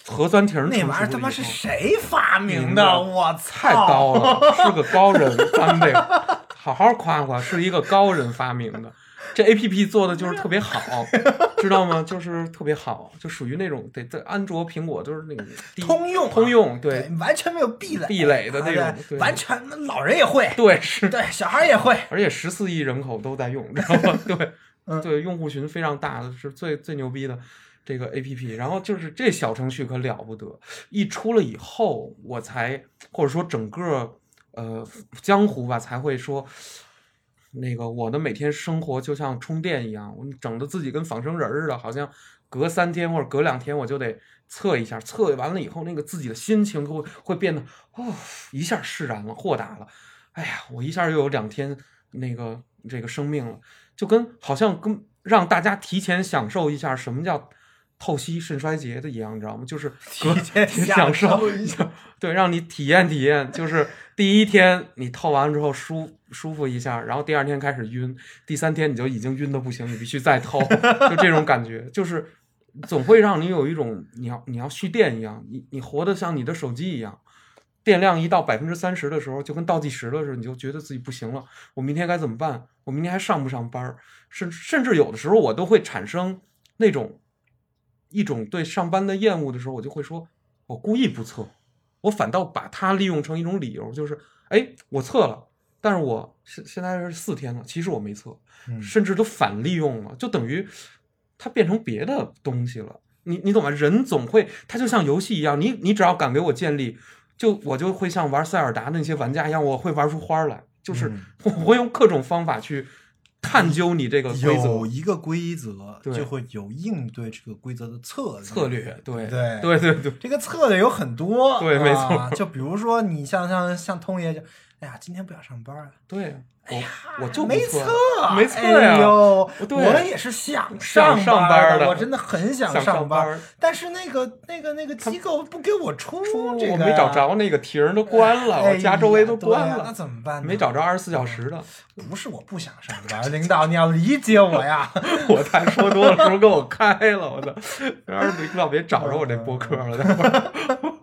核酸亭嗯成熟了以那后，玩意儿他妈是谁发明明的？的我太高操！哦了， <laughs> 是个高人，咱们得好好夸夸，是一个高人发明的。这 A P P 做的就是特别好， <laughs> 知道吗？就是特别好，就属于那种得在安卓、苹果都是那个低通用啊通用，对，完全没有壁垒，壁垒的啊那对种对完全老人也会，对是，对，小孩也会。而且十四亿人口都在用，知道吗？ <laughs> 对，嗯对，用户群非常大的是最最牛逼的这个 A P P。然后就是这小程序可了不得，一出了以后，我才或者说整个呃江湖吧才会说。那个我的每天生活就像充电一样，我整的自己跟仿生人似的，好像隔三天或者隔两天我就得测一下，测完了以后，那个自己的心情会会变得哦，一下释然了，豁达了。哎呀，我一下又有两天那个这个生命了，就跟好像跟让大家提前享受一下什么叫透析肾衰竭的一样，你知道吗？就是隔提前享享受受一下，对，让你体验体验，就是第一天你透完之后舒舒服一下，然后第二天开始晕，第三天你就已经晕的不行，你必须再透，就这种感觉，就是总会让你有一种你要你要蓄电一样，你你活得像你的手机一样。电量一到百分之三十的时候，就跟倒计时的时候，你就觉得自己不行了。我明天该怎么办？我明天还上不上班儿？甚甚至有的时候，我都会产生那种一种对上班的厌恶的时候，我就会说，我故意不测，我反倒把它利用成一种理由，就是，哎，我测了，但是我现现在是四天了，其实我没测，嗯甚至都反利用了，就等于它变成别的东西了。你你懂吗？人总会，它就像游戏一样，你你只要敢给我建立，就我就会像玩塞尔达那些玩家一样，我会玩出花来，就是嗯我会用各种方法去探究你这个规有则一个规则，对就会有应对这个规则的策略。策略。对对对对对，这个策略有很多，对没错啊就比如说你像像像通爷就，哎呀，今天不想上班啊，对，哎我呀我就不没测测，没测呀哎呦，对我也是想想上班儿班儿的我真的很想想上班班儿儿，但是那个那个那个机构不给我出这个，我没找，着那个题儿都关了，哎呀、我家周围都关对呀那了，怎么办呢？没找着二十四小时的。不是我不想上班， <laughs> 领导你要理解 <laughs> 我呀。我太说多了，时候给我开了，我操！要是领导别找着我这播客了，待会 <laughs> 儿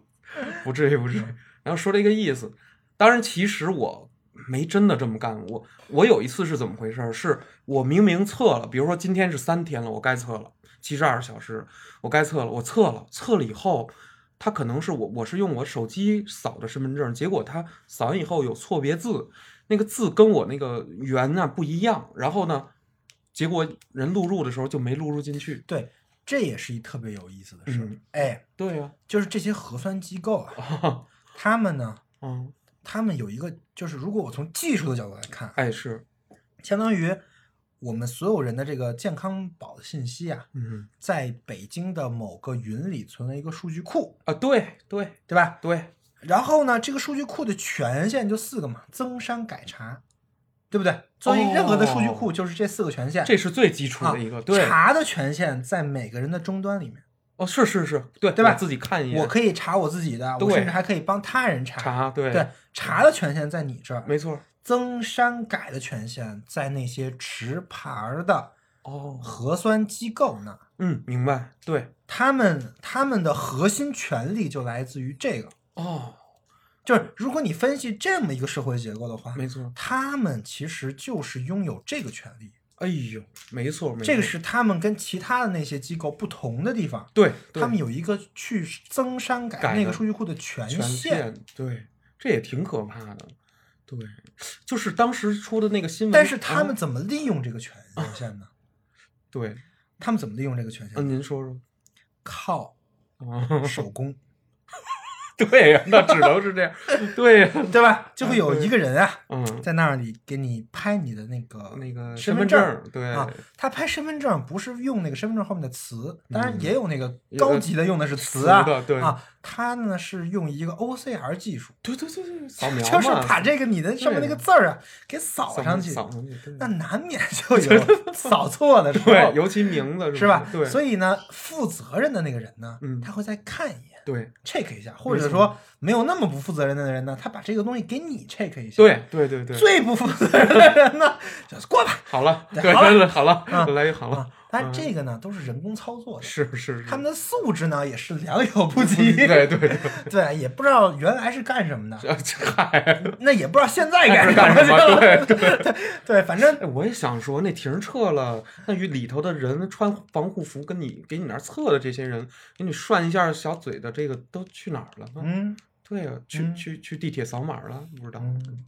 不至于不至于。然后说这个意思，当然其实我没真的这么干。我我有一次是怎么回事儿？是我明明测了，比如说今天是三天了，我该测了七十二小时，我该测了，我测了，测了以后，他可能是我我是用我手机扫的身份证，结果他扫完以后有错别字，那个字跟我那个圆呢、不一样，然后呢，结果人录入的时候就没录入进去。对，这也是一特别有意思的事儿嗯。哎，对呀、就是这些核算机构啊，啊，他们呢， <laughs> 嗯，他们有一个，就是如果我从技术的角度来看，啊哎是，相当于我们所有人的这个健康宝的信息啊，嗯在北京的某个云里存了一个数据库，啊，对对对吧？对，然后呢，这个数据库的权限就四个嘛，增删改查，对不对？作为任何的数据库，就是这四个权限。哦这是最基础的一个，对哎啊、，查的权限在每个人的终端里面，哦是是是，对对吧我自己看一眼，我可以查我自己的，我对甚至还可以帮他人查。查，对对，查的权限在你这儿，没错，增删改的权限在那些持牌儿的哦，核酸机构那儿。嗯，明白，对，他们他们的核心权利就来自于这个，哦，就是如果你分析这么一个社会结构的话，没错，他们其实就是拥有这个权利，哎呦，没错，没错，这个是他们跟其他的那些机构不同的地方。对，对他们有一个去增删改改那的个数据库的权权限，限，对，这也挺可怕的，对，就是当时出的那个新闻，但是他们啊怎么利用这个权限呢？对，他们怎么利用这个权限？嗯，您说说。靠 <laughs> 啊，手工， <laughs> 对呀、那只能是这样。对呀、对吧？就会有对一个人啊，嗯，在那里给你拍你的那个那个身份份证儿，对，啊，他拍身份证不是用那个身份证后面的词，当然也有那个嗯有高的级的用的是词词啊，的对啊，他呢是用一个 OCR 技术，对对对对，扫描就是嘛把这个你的上面那对个字儿啊给扫扫上去，扫上去，对那难 <laughs> 免就有扫错的时对，候，尤其名字是吧？对，所以以呢，负责任的那个人呢，嗯他会再看一眼对 check 一下，或者没错说没有那么不负责任的人呢，他把这个东西给你 check 一下，，对对对对，最不负责任的人呢，就是过吧。好了，对对，好了真的好了，嗯来好了 <laughs> 啊，，但嗯这个呢，都是人工操作的，是是是，他们的素质呢也是良莠不齐，对对对， <laughs> 对也不知道原来是干什么的，这嗨，那也不知道现在那干是干什去么？了。对对。 <laughs> 对，反正哎，我也想说，那停撤了，那与里头的人穿防护服跟你给你那儿测的这些人，给你涮一下小嘴的这个都去哪儿了？呢？嗯对呀、去、嗯去去地铁扫码了，不知道。嗯，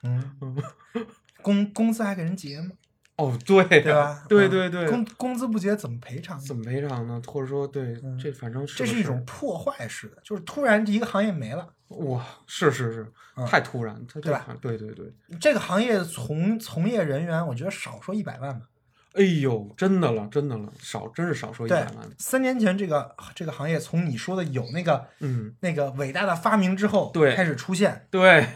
<laughs> 嗯嗯， <laughs> 工工资还给人结吗？哦，对对对吧？对嗯对对，工工资不结怎么赔偿呢？怎么赔偿呢？或者说，对，嗯这反正是这个是一事儿种破坏式的，就是突然一个行业没了，哇，是是是，嗯太突然，他这对吧行对对对，这个行业从从业人员，我觉得少说一百万吧。哎呦，真的了，真的了，少，真是少说一啊对百万，，三年前这个这个行业，从你说的有那个嗯，那个伟大的发明之后，对嗯开始出现，对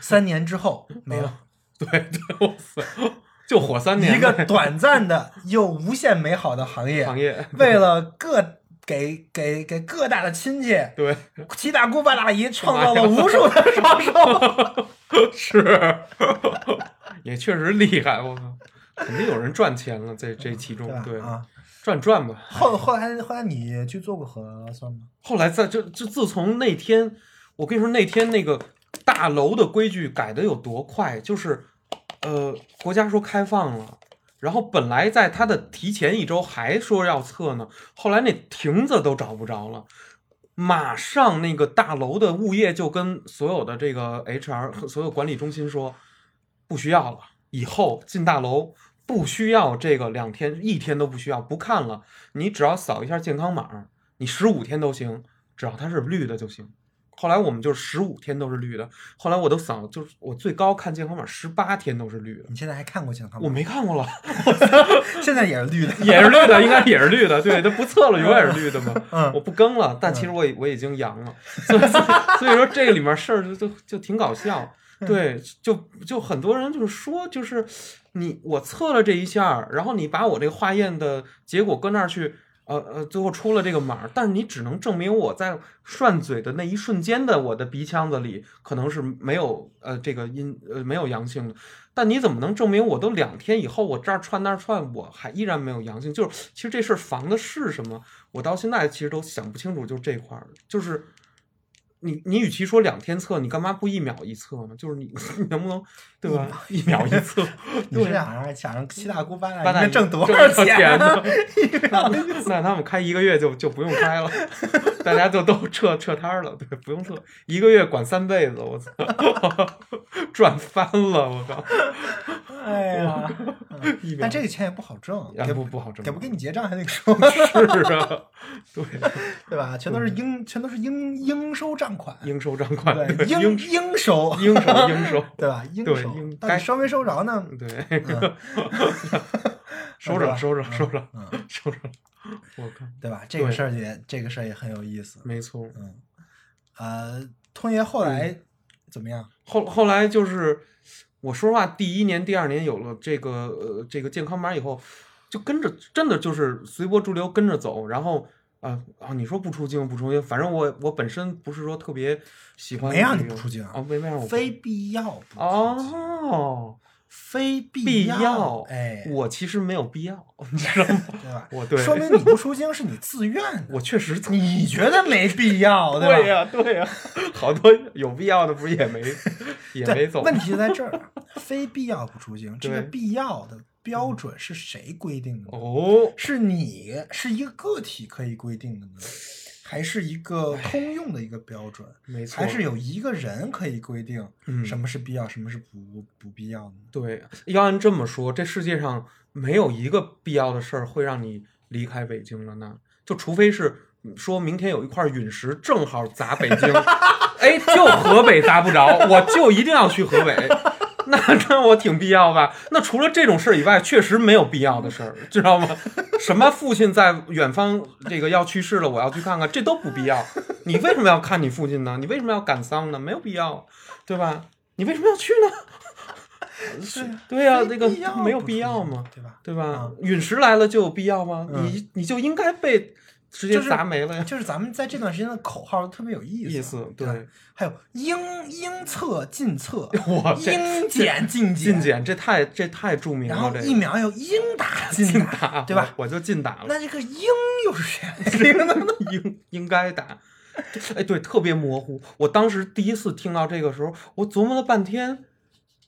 三年之后没哦了。对对，哇塞，就火三年一个呗短暂的又无限美好的行业，行业，为了各给给给各大的亲戚、对，哎七大姑八大姨创造了无数的双手。是，也确实厉害，我靠，肯定有人赚钱了，在这其中对吧，对，啊，赚赚吧。后后来后来你去做过核酸吗？后来在就就自从那天，我跟你说那天那个大楼的规矩改的有多快，就是呃，国家说开放了。然后本来在他的提前一周还说要测呢，后来那亭子都找不着了，马上那个大楼的物业就跟所有的这个 HR 和所有管理中心说，不需要了，以后进大楼不需要这个两天一天都不需要，不看了，你只要扫一下健康码，你十五天都行，只要它是绿的就行。后来我们就十五天都是绿的，后来我都扫，就是我最高看健康码十八天都是绿的，你现在还看过健康我吗？没看过了。现在也是绿的。 <laughs> 也是绿的，应该也是绿的。对，它不测了，永远是绿的嘛。嗯我不更了，但其实我已我已经阳了，所以所以所以说这个里面事儿就就就挺搞笑。嗯对，就就很多人就是说，就是你我测了这一下儿，然后你把我这个化验的结果搁那儿去，呃呃，最后出了这个码儿，但是你只能证明我在涮嘴的那一瞬间的我的鼻腔子里可能是没有呃这个阴呃没有阳性的，但你怎么能证明我都两天以后我这儿串那儿串，我还依然没有阳性？就是其实这事儿防的是什么？我到现在其实都想不清楚，就是这块儿，就是你你与其说两天测，你干嘛不一秒一测呢？就是你 <laughs> 你能不能对吧？一秒一测， <laughs> 你对是，想让想让七大姑八八大大姨姨挣多挣少多少钱啊 <laughs> 呢？那那他们开一个月就就不用开了， <laughs> 大家就都撤撤摊儿了，对，不用撤，一个月管三辈子，我操， <laughs> 赚翻了，我靠，哎呀，一秒但这个钱也不好挣，啊给不不好挣给不给你结账还 <laughs> 得说，是啊，对，对吧？全都是应，全都是应应收账款，应收账款，对，对应 <laughs> 应应收，应收应收，对吧？应对收应，但该是收没收着呢？对，嗯收对着嗯吧收着收着嗯，收着，我靠，对吧？这个对事儿也这个事儿也很有意思。没错，嗯，呃，通爷嗯后来怎么样？后后来就是，我说实话，第一年、第二年有了这个呃这个健康码以后，就跟着真的就是随波逐流跟着走，然后啊、啊，你说不出镜不出镜，反正我我本身不是说特别喜欢没让这你不个出镜啊哦，没没让我不非必要不出镜，哦，非必必要，哎，我其实没有必要，你知道吗？对吧？我对，说明你不出镜是你自愿的， <laughs> 我确 <laughs> 实从你觉得没必要，吧？ <laughs> 对呀、对呀、好多有必要的不是也 <laughs> 没也对，没走，问题就在这儿，啊非必要不 <laughs> 出京，这个对嗯必要的标准是谁规定的呢？哦，是你是一个个体可以规定的呢，还是一个通用的一个标准？没错，还是有一个人可以规定嗯什么是必要，什么是不不必要的呢？对，要按这么说，这世界上没有一个必要的事儿会让你离开北京的呢，就除非是嗯说明天有一块陨石正好砸北京， <laughs> 哎，就河北砸不着，我就一定要去河北。那那我挺必要吧？那除了这种事儿以外，确实没有必要的事儿，知道吗？什么父亲在远方这个要去世了，我要去看看，这都不必要。你为什么要看你父亲呢？你为什么要赶丧呢？没有必要，对吧？你为什么要去呢？是 <laughs> 对呀、非这个啊必要没有不必出要京嘛，对吧？对吧？啊陨石来了就有必要吗？嗯你你就应该被直接就是砸没了呀。就是咱们在这段时间的口号特别有意思，意思对吧对。，还有应应测尽测哇这 <laughs> 应检尽进检这太这太著名然后了，这疫个苗要应打尽禁打，打对吧？我？我就禁打了，那这个应又是谁 <laughs> 来定的呢？应 <laughs> 应该打。哎，对，特别模糊。我当时第一次听到这个时候，我琢磨了半天，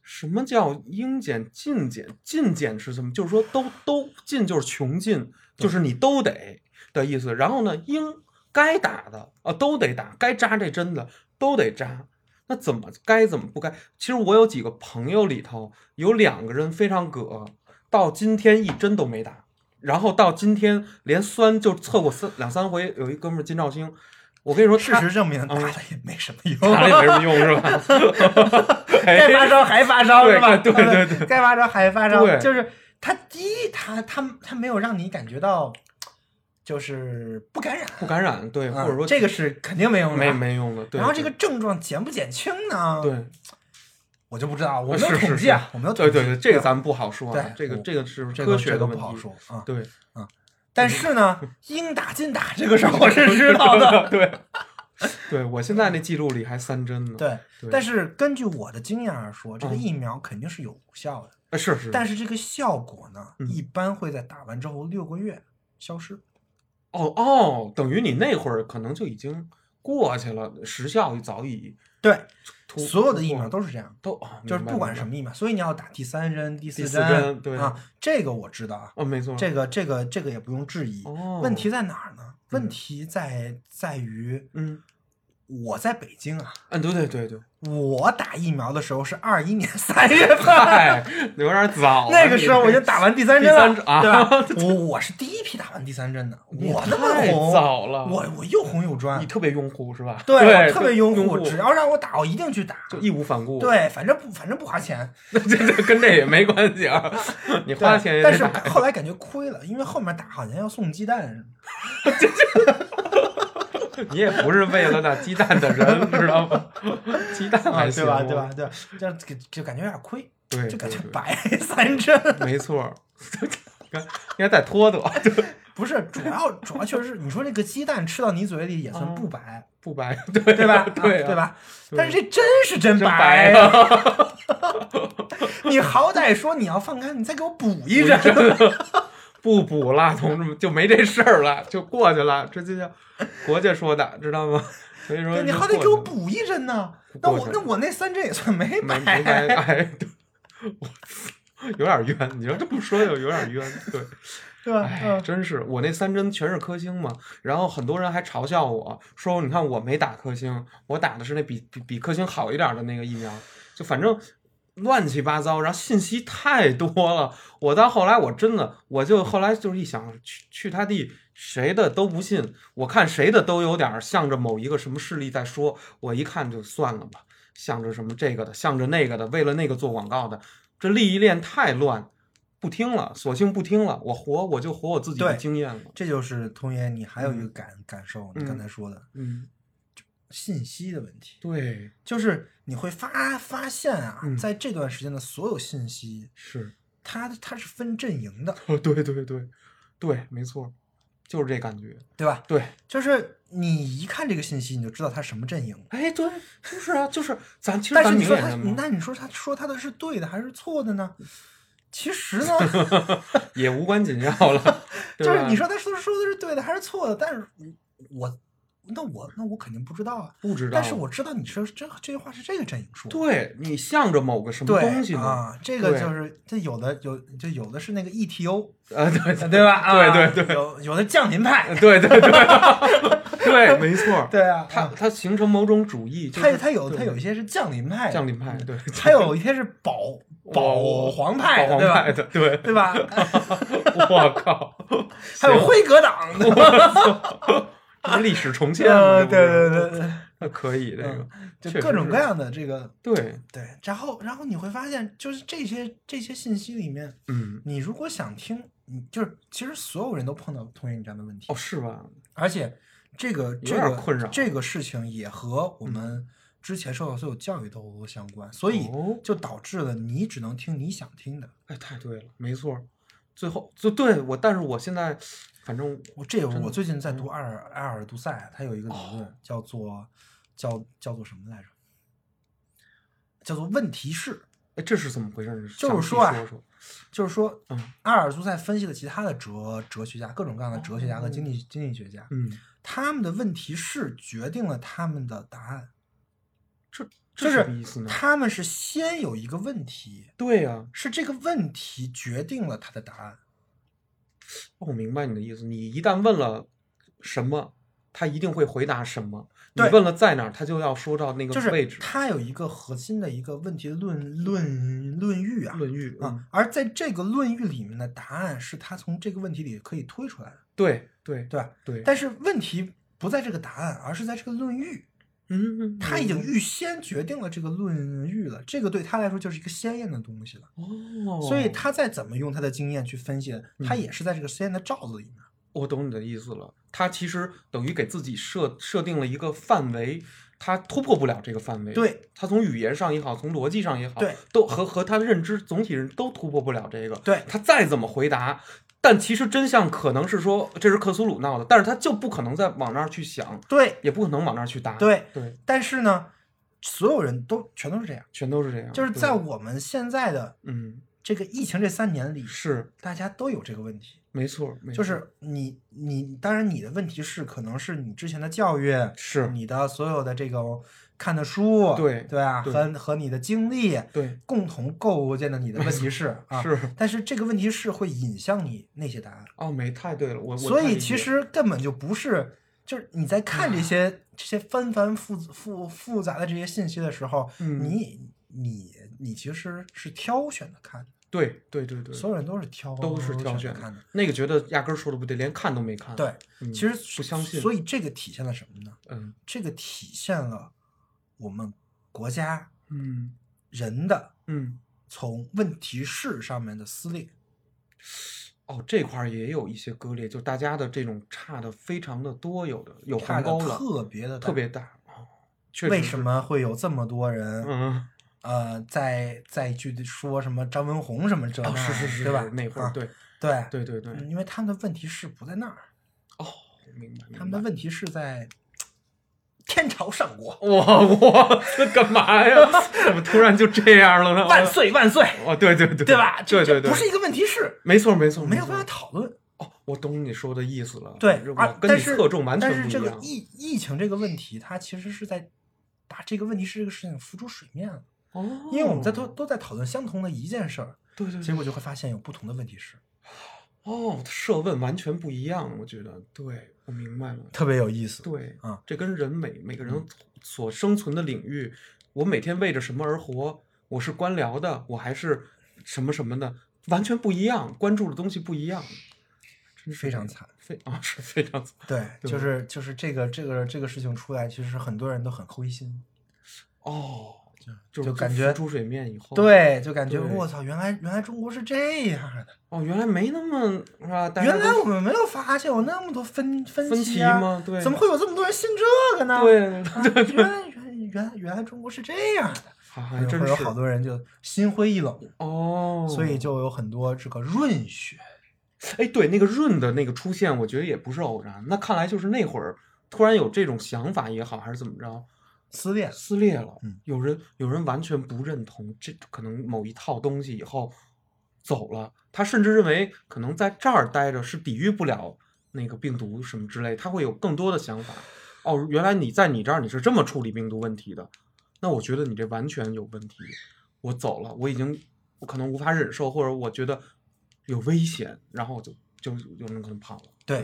什么叫应检、尽检？尽检是什么？就是说都都尽就是穷尽，就是你都得的意思。然后呢，应该打的啊都得打，该扎这针的都得扎。那怎么该怎么不该？其实我有几个朋友里头有两个人非常葛，到今天一针都没打，然后到今天连酸就测过三两三回。有一哥们儿金兆星，我跟你说，事他实证明，打嗯了也没什么用，打了也没什么用 <laughs> 是吧？该哎发烧还发烧对是吧？对对对该发烧还发烧，对就是他第一，他他他没有让你感觉到就是不感染，不感染，对，啊或者说这个是肯定没用的，没。啊没用的。对然后这个症状减不减轻呢？，对我就不知道，我没是有是统计啊是，我没有统对计。对对，这个吧咱们不好说啊对，这个我这个是这科个学这的个问不题好。说啊。对，但是呢，应打尽打这个 <laughs> 事儿我是知道的，对， <laughs> 对我现在那记录里还三针呢。对对，但是根据我的经验而说，这个嗯疫苗肯定是有效的，呃，是是，但是这个效果呢，嗯一般会在打完之后六个月消失。哦哦，等于你那会儿可能就已经过去了，时效早已对，突。所有的疫苗都都是这样，都啊，就是不管什么么疫苗，所以你要打第三针、第第四四针对啊，这个我知道啊，哦，没错，这个这个这个也不用质疑。哦，问题在哪儿呢？问题在在于嗯我在北京啊，嗯，对对对 <laughs> 对，我打疫苗的时候是二一年三月 <laughs> 份。嗨，有点早啊，那个时候你我已经打完第三针第了三，针啊对吧？我我是第一批打完第三针的，你我那么太红，早了，我我又红又专你，特别拥护是吧？我特别拥护，只要让我打，我一定去打。就义无反顾。，对，反正不反正不花钱， <laughs> 这这跟这也没关系啊，你花钱对也但得是打。后来感觉亏了，因为后面打好像要送鸡蛋什么的，你也不是为了那鸡蛋的 <laughs> 人，知道吗？鸡蛋还啊对行，吧？对吧？？对吧，这样就就感觉有点亏，对，就感觉对对白 <laughs> 三针。 <laughs> 没错儿，应该应该再拖拖，对，不是，主要主要确实是你说这个鸡蛋吃到你嘴里也算不白，不白，啊 <laughs> 对对吧？对啊啊对？吧？对但是这真是真真白白啊！你好歹说你要放开，你再给我补一针。 <laughs> 不补嗯了，同志们就没这事儿了，就过去了，这就叫国家说的，知道吗？ <laughs> 所以说对你还得给我补一针呢。那我那我那三针也算没没白。没白挨，对我操有点冤。你要这么说就有点冤，对。对吧？哎，嗯真是我那三针全是颗星嘛，然后很多人还嘲笑我说，你看我没打颗星，我打的是那比比比颗星好一点的那个疫苗，就反正乱七八糟，然后信息太多了，我到后来我真的我就后来就是一想，去去他地。谁的都不信，我看谁的都有点儿向着某一个什么势力在说，我一看就算了吧，向着什么这个的，向着那个的，为了那个做广告的，这利益链太乱，不听了，索性不听了，我活我就活我自己的对经验了。这就是童爷，你还有一个嗯感、感受，你刚才说的、嗯，信息的问题，对，就是你会发发现啊，嗯在这段时间的所有信息，是，它它是分阵营的，哦，对对对，对，没错，就是这感觉。对吧？对，就是你一看这个信息，你就知道它什么阵营。哎，对，就是啊，就是咱其实但是咱你明说眼他，人嘛，那你说他说他的是对的还是错的呢？其实 <laughs> 呢，也无关紧要了，对就是吧你说他说说的是对的还是错的，但是我那我那我肯定不知道啊。不知道，但是我知道你说这这句话是这个阵营说的，对你向着某个什么对东西呢？啊，这个对就是这有的有就有的是那个 E ETO 啊，对对吧？啊、对对对有有的降临派，对对对对，没错，对啊，它啊它形成某种主义，就他是他有他对有一些是降临派的，降临派， <laughs> 对，还有一些是保保我皇派保的，皇对吧？派的，对，<laughs> 对吧？ <laughs> 我靠，还有行辉格党，对吧这是历史重现啊，嘛，对这不是对对对，那可以这个嗯，就确实各种是各样的这个对，对，然后然后你会发现，就是这些这些信息里面，嗯，你如果想听，你就是其实所有人都碰到童言这样的问题哦，，是吧？而且这个这点个困扰嗯这个事情也和我们之前受到所有教育都相关，所以哦就导致了你只能听你想听的。哎，太对了，没错儿。最后就对我，但是我现在反正我这真的嗯哦我最近在读阿尔阿尔杜塞，他有一个理论叫做叫叫做什么来着？叫做问题式，哎这是怎么回事儿？就是详细说说啊说就是说嗯，阿尔杜塞分析了其他的哲哲学家，各种各样的哲学家和经济经济学家，哦嗯，他们的问题式决定了他们的答案，这就这是什么意思呢？他们是先有一个问题，对呀、啊，是这个问题决定了他的答案。哦我明白你的意思。你一旦问了什么，他一定会回答什么。你对问了在哪儿，他就要说到那就个位置。是他有一个核心的一个问题的论论论域啊论嗯域啊，，而在这个论域里面的答案是他从这个问题里可以推出来的，对对对吧？对，但是问题不在这个答案，而是在这个论域，嗯，嗯他已明经白预先决定了这个论域了，这个对他来说就是一个鲜艳的东西了。哦，嗯所以他再怎么用他的经验去分析，他也是在这个实验的罩子里面。我懂你的意思了，他其实等于给自己设设定了一个范围，他突破不了这个范围。，对他从语言上也好，从逻辑上也好，对，都和和他的认知总体认知都突破不了这个。对他再怎么回答，但其实真相可能是说这是克苏鲁闹的，但是他就不可能再往那儿去想，对也不可能往那儿去答。对，对，但是呢，所有人都全都是这样，全都是这样。就是对在我们现在的嗯，这个疫情这三年里，是大家都有这个问题，没错，没错就是你你当然你的问题是可能是你之前的教育，是，你的所有的这个看的书，对对啊，对和和你的经历对，共同构建的你的问 <laughs> 题是啊，是但是这个问题是会引向你那些答案。哦，没太对了，我我所太理以其解实根本就不是，就是你在看这些、这些纷繁复复复杂的这些信息的时候，嗯你你你其实是挑选的看的，对对对对，所有人都是挑都是挑选选的看的。那个觉得压根儿说的不对，连看都没看。对，嗯，其实不相信所以这个体现了什么呢？嗯这个体现了我们国家嗯人的嗯，从问题式上面的撕裂。哦，这块儿也有一些割裂，就大家的这种差的非常的多，有的有差鸿的沟了，特别的特别大。哦确实为是什？么会有这么多人？嗯，呃，再再去说什么张文宏什么这那哦，的、是是是，对吧是？那会啊儿，对对对对对，嗯因为他们的问题是不在那儿，哦，明白。他们的明白问题是在天朝上国，我我这干嘛 <laughs> 呀？怎么突然就这样了呢？万岁万岁，哦，对对对，对吧？对这对这对，不是一个问题是没错没错，没有错办法讨论，哦，我懂你说的意思了。对我而跟但你是侧重完但全不是这一个样。疫疫情这个问题，它其实是在把这个问题是这个事情浮出水面了，哦，因为我们在都都在讨论相同的一件事儿，对对结对，果就会发现有不同的问题是哦，设问完全不一样，我觉得，对我明白了。特别有意思。对啊，这跟人每每个人所生存的领域，我每天为着什么而活？我是官僚的，我还是什么什么的，完全不一样，关注的东西不一样，真是非常惨，非啊是非常惨对，对就是就是这个这个这个事情出来，其实很多人都很抠心，哦，就是感浮觉出水面以后，，哦对，就感觉对我操，原来原来中国是这样的，哦，原来没那么是吧？大家原来都我们没有发现有那么多分分分歧歧啊，吗？对， <laughs> 怎么会有这么多人信这个呢？ <laughs> 对？啊原来原原来原来中国是这样的，还会还有哎真会是有好多人就心灰意冷，哦，所以就有很多这个润学，哎，对那个润的那个出现，我觉得也不是偶然。那看来就是那会儿突然有这种想法也好，还是怎么着，撕裂了。撕裂了。嗯有人有人完全不认同这可能某一套东西以后走了，他甚至认为可能在这儿待着是抵御不了那个病毒什么之类，他会有更多的想法。哦，原来你在你这儿你是这么处理病毒问题的，那我觉得你这完全有问题。我走了，我已经我可能无法忍受，或者我觉得有危险，然后我就就有人可能跑了。对，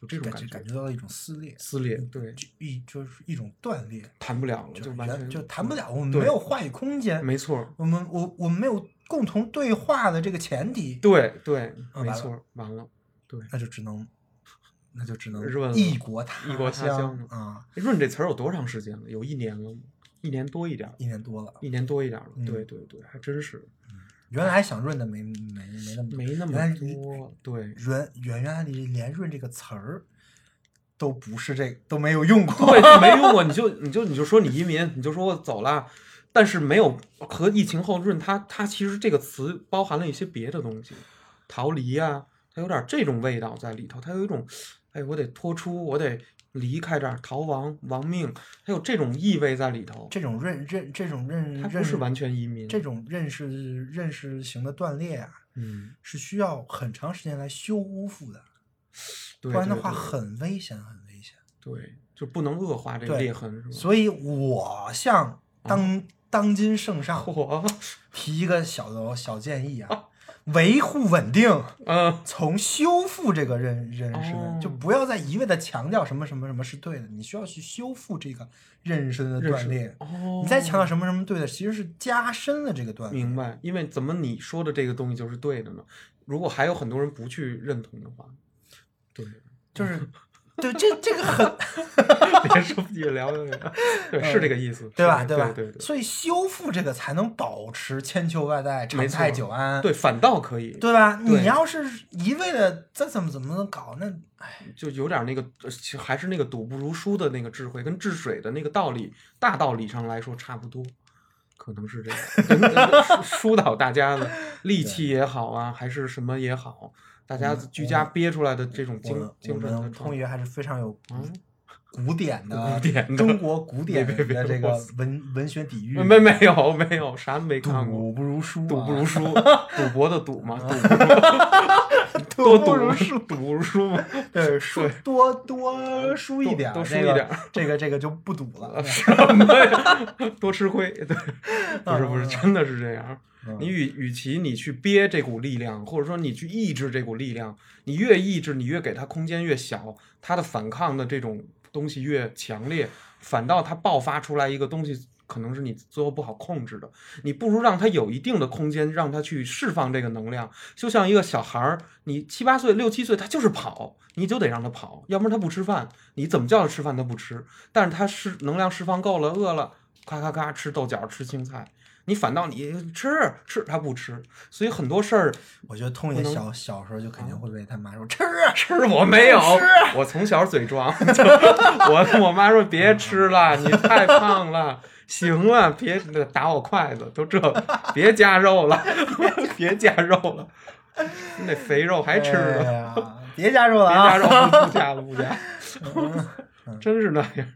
有这种感感觉感觉到了一种撕裂，撕裂，对，就一就是一种断裂，谈不了了，就完全嗯就谈不了，我们对没有话语空间，没错儿。我们我我们没有共同对话的这个前提，对对，啊没完错，完了。对，那就只能那就只能润了异国他异国他乡乡啊，哎润这词儿有多长时间了？有一年了吗？一年多一点儿，一年多了，一年多一点儿了。嗯对对对，还真是原来想润的没没没那么多没那原么来多。 <laughs> 对原原原来连“润”这个词儿都不是这都没有用过，对，没用过，你就你就你就说你移民，你就说我走了。但是没有和疫情后润它，它其实这个词包含了一些别的东西，逃离啊，它有点这种味道在里头，它有一种，哎，我得脱出，我得离开这儿，逃亡亡命，它有这种意味在里头，这种认认这种认它认不是完全移民，这种认识认识型的断裂啊，嗯，是需要很长时间来修复的，对不然的对话对很危险，很危险。对，就不能恶化这个对裂痕，是吧？ <laughs> 所以，我向嗯当、当今圣上火，提一个小的小建议哦啊，维护稳定。嗯，从修复这个认认识的，哦就不要再一味的强调什么什么什么是对的，你需要去修复这个认识的认断识裂。哦，你再强调什么什么对的，其实是加深了这个断裂。明白，因为怎么你说的这个东西就是对的呢？如果还有很多人不去认同的话，对， <laughs> 就是，对这这个很别说越聊越聊，对，是这个意思，嗯对吧？是对吧？对对所以修复这个才能保持千秋万代、长没错泰久安，对，反倒可以，对吧？对你要是一味的再怎么怎么搞，那哎，就有点那个，呃其实还是那个赌不如输的那个智慧，跟治水的那个道理，大道理上来说差不多，可能是这样， <laughs> 能疏疏导大家的力气也好啊，还是什么也好，大家居家憋出来的这种我精们我精神的状们通态，爷还是非常有嗯，古典的古典的中国古典别别别的这我个操文文学底蕴，呃没没有没有啥没看过，赌不如输啊，赌不如输，赌博的赌嘛，赌不如多 <laughs> 不如赌输，赌不如输嘛，对，输多多输一多点儿，多输这一个点儿这个这个就不赌 <laughs> <laughs> 了。什么呀？多吃亏，对，不是不是，真的是这样。嗯你与与其你去憋这股力量，或者说你去抑制这股力量，你越抑制，你越给它空间越小，它的反抗的这种东西越强烈，反倒它爆发出来一个东西，可能是你最后不好控制的。你不如让它有一定的空间，让它去释放这个能量。就像一个小孩儿，你七八岁、六七岁，他就是跑，你就得让他跑，要不然他不吃饭，你怎么叫他吃饭他不吃。但是他是能量释放够了，饿了，咔咔咔吃豆角，吃青菜。你反倒你吃吃他不吃，所以很多事儿我觉得通爷不能啊小小时候就肯定会被他妈说吃，啊吃我没有不吃， <laughs> 我从小嘴壮，就我我妈说别吃了，你太胖了，行了，别打我筷子，都这别加肉了， <laughs> 别加肉了，那肥肉还吃呢。哎呀，别加入 <laughs> 了别加啊！肉，不不加了，不加，真是那样。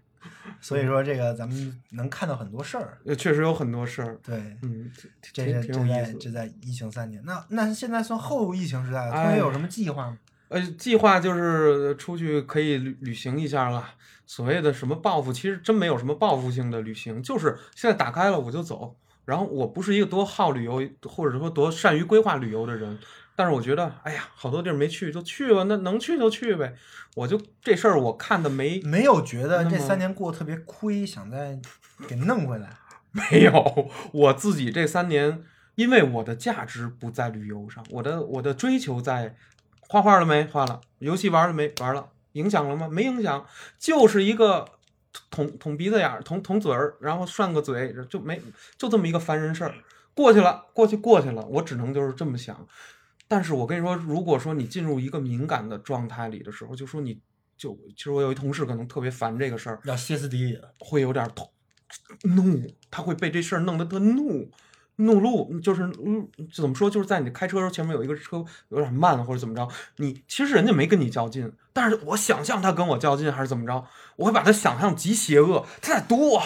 所以说这个咱们能看到很多事儿，呃确实有很多事儿，对。嗯，这挺是挺这有意在思这的。在疫情三年，那那现在算后疫情时代了，哎通爷有什么计划吗？呃，计划就是出去可以旅旅行一下了。所谓的什么报复，其实真没有什么报复性的旅行，就是现在打开了我就走。然后我不是一个多好旅游，或者说多善于规划旅游的人，但是我觉得，哎呀，好多地儿没去就去吧，那能去就去呗。我就这事儿我看的没没有觉得那这么三年过得特别亏，想再给弄回来。没有，我自己这三年，因为我的价值不在旅游上，我的我的追求在画画了没画了，游戏玩了没玩了，影响了吗？没影响，就是一个捅捅鼻子眼儿，捅捅嘴儿，然后涮个嘴，就没就这么一个烦人事儿，过去了，过去过去了，我只能就是这么想。但是我跟你说，如果说你进入一个敏感的状态里的时候，就说你就其实我有一同事可能特别烦这个事儿，要歇斯底里了，会有点痛怒，他会被这事儿弄得特怒，怒路就是嗯，怎么说，就是在你开车的时候前面有一个车有点慢或者怎么着，你其实人家没跟你较劲，但是我想象他跟我较劲还是怎么着，我会把他想象极邪恶，他在堵我，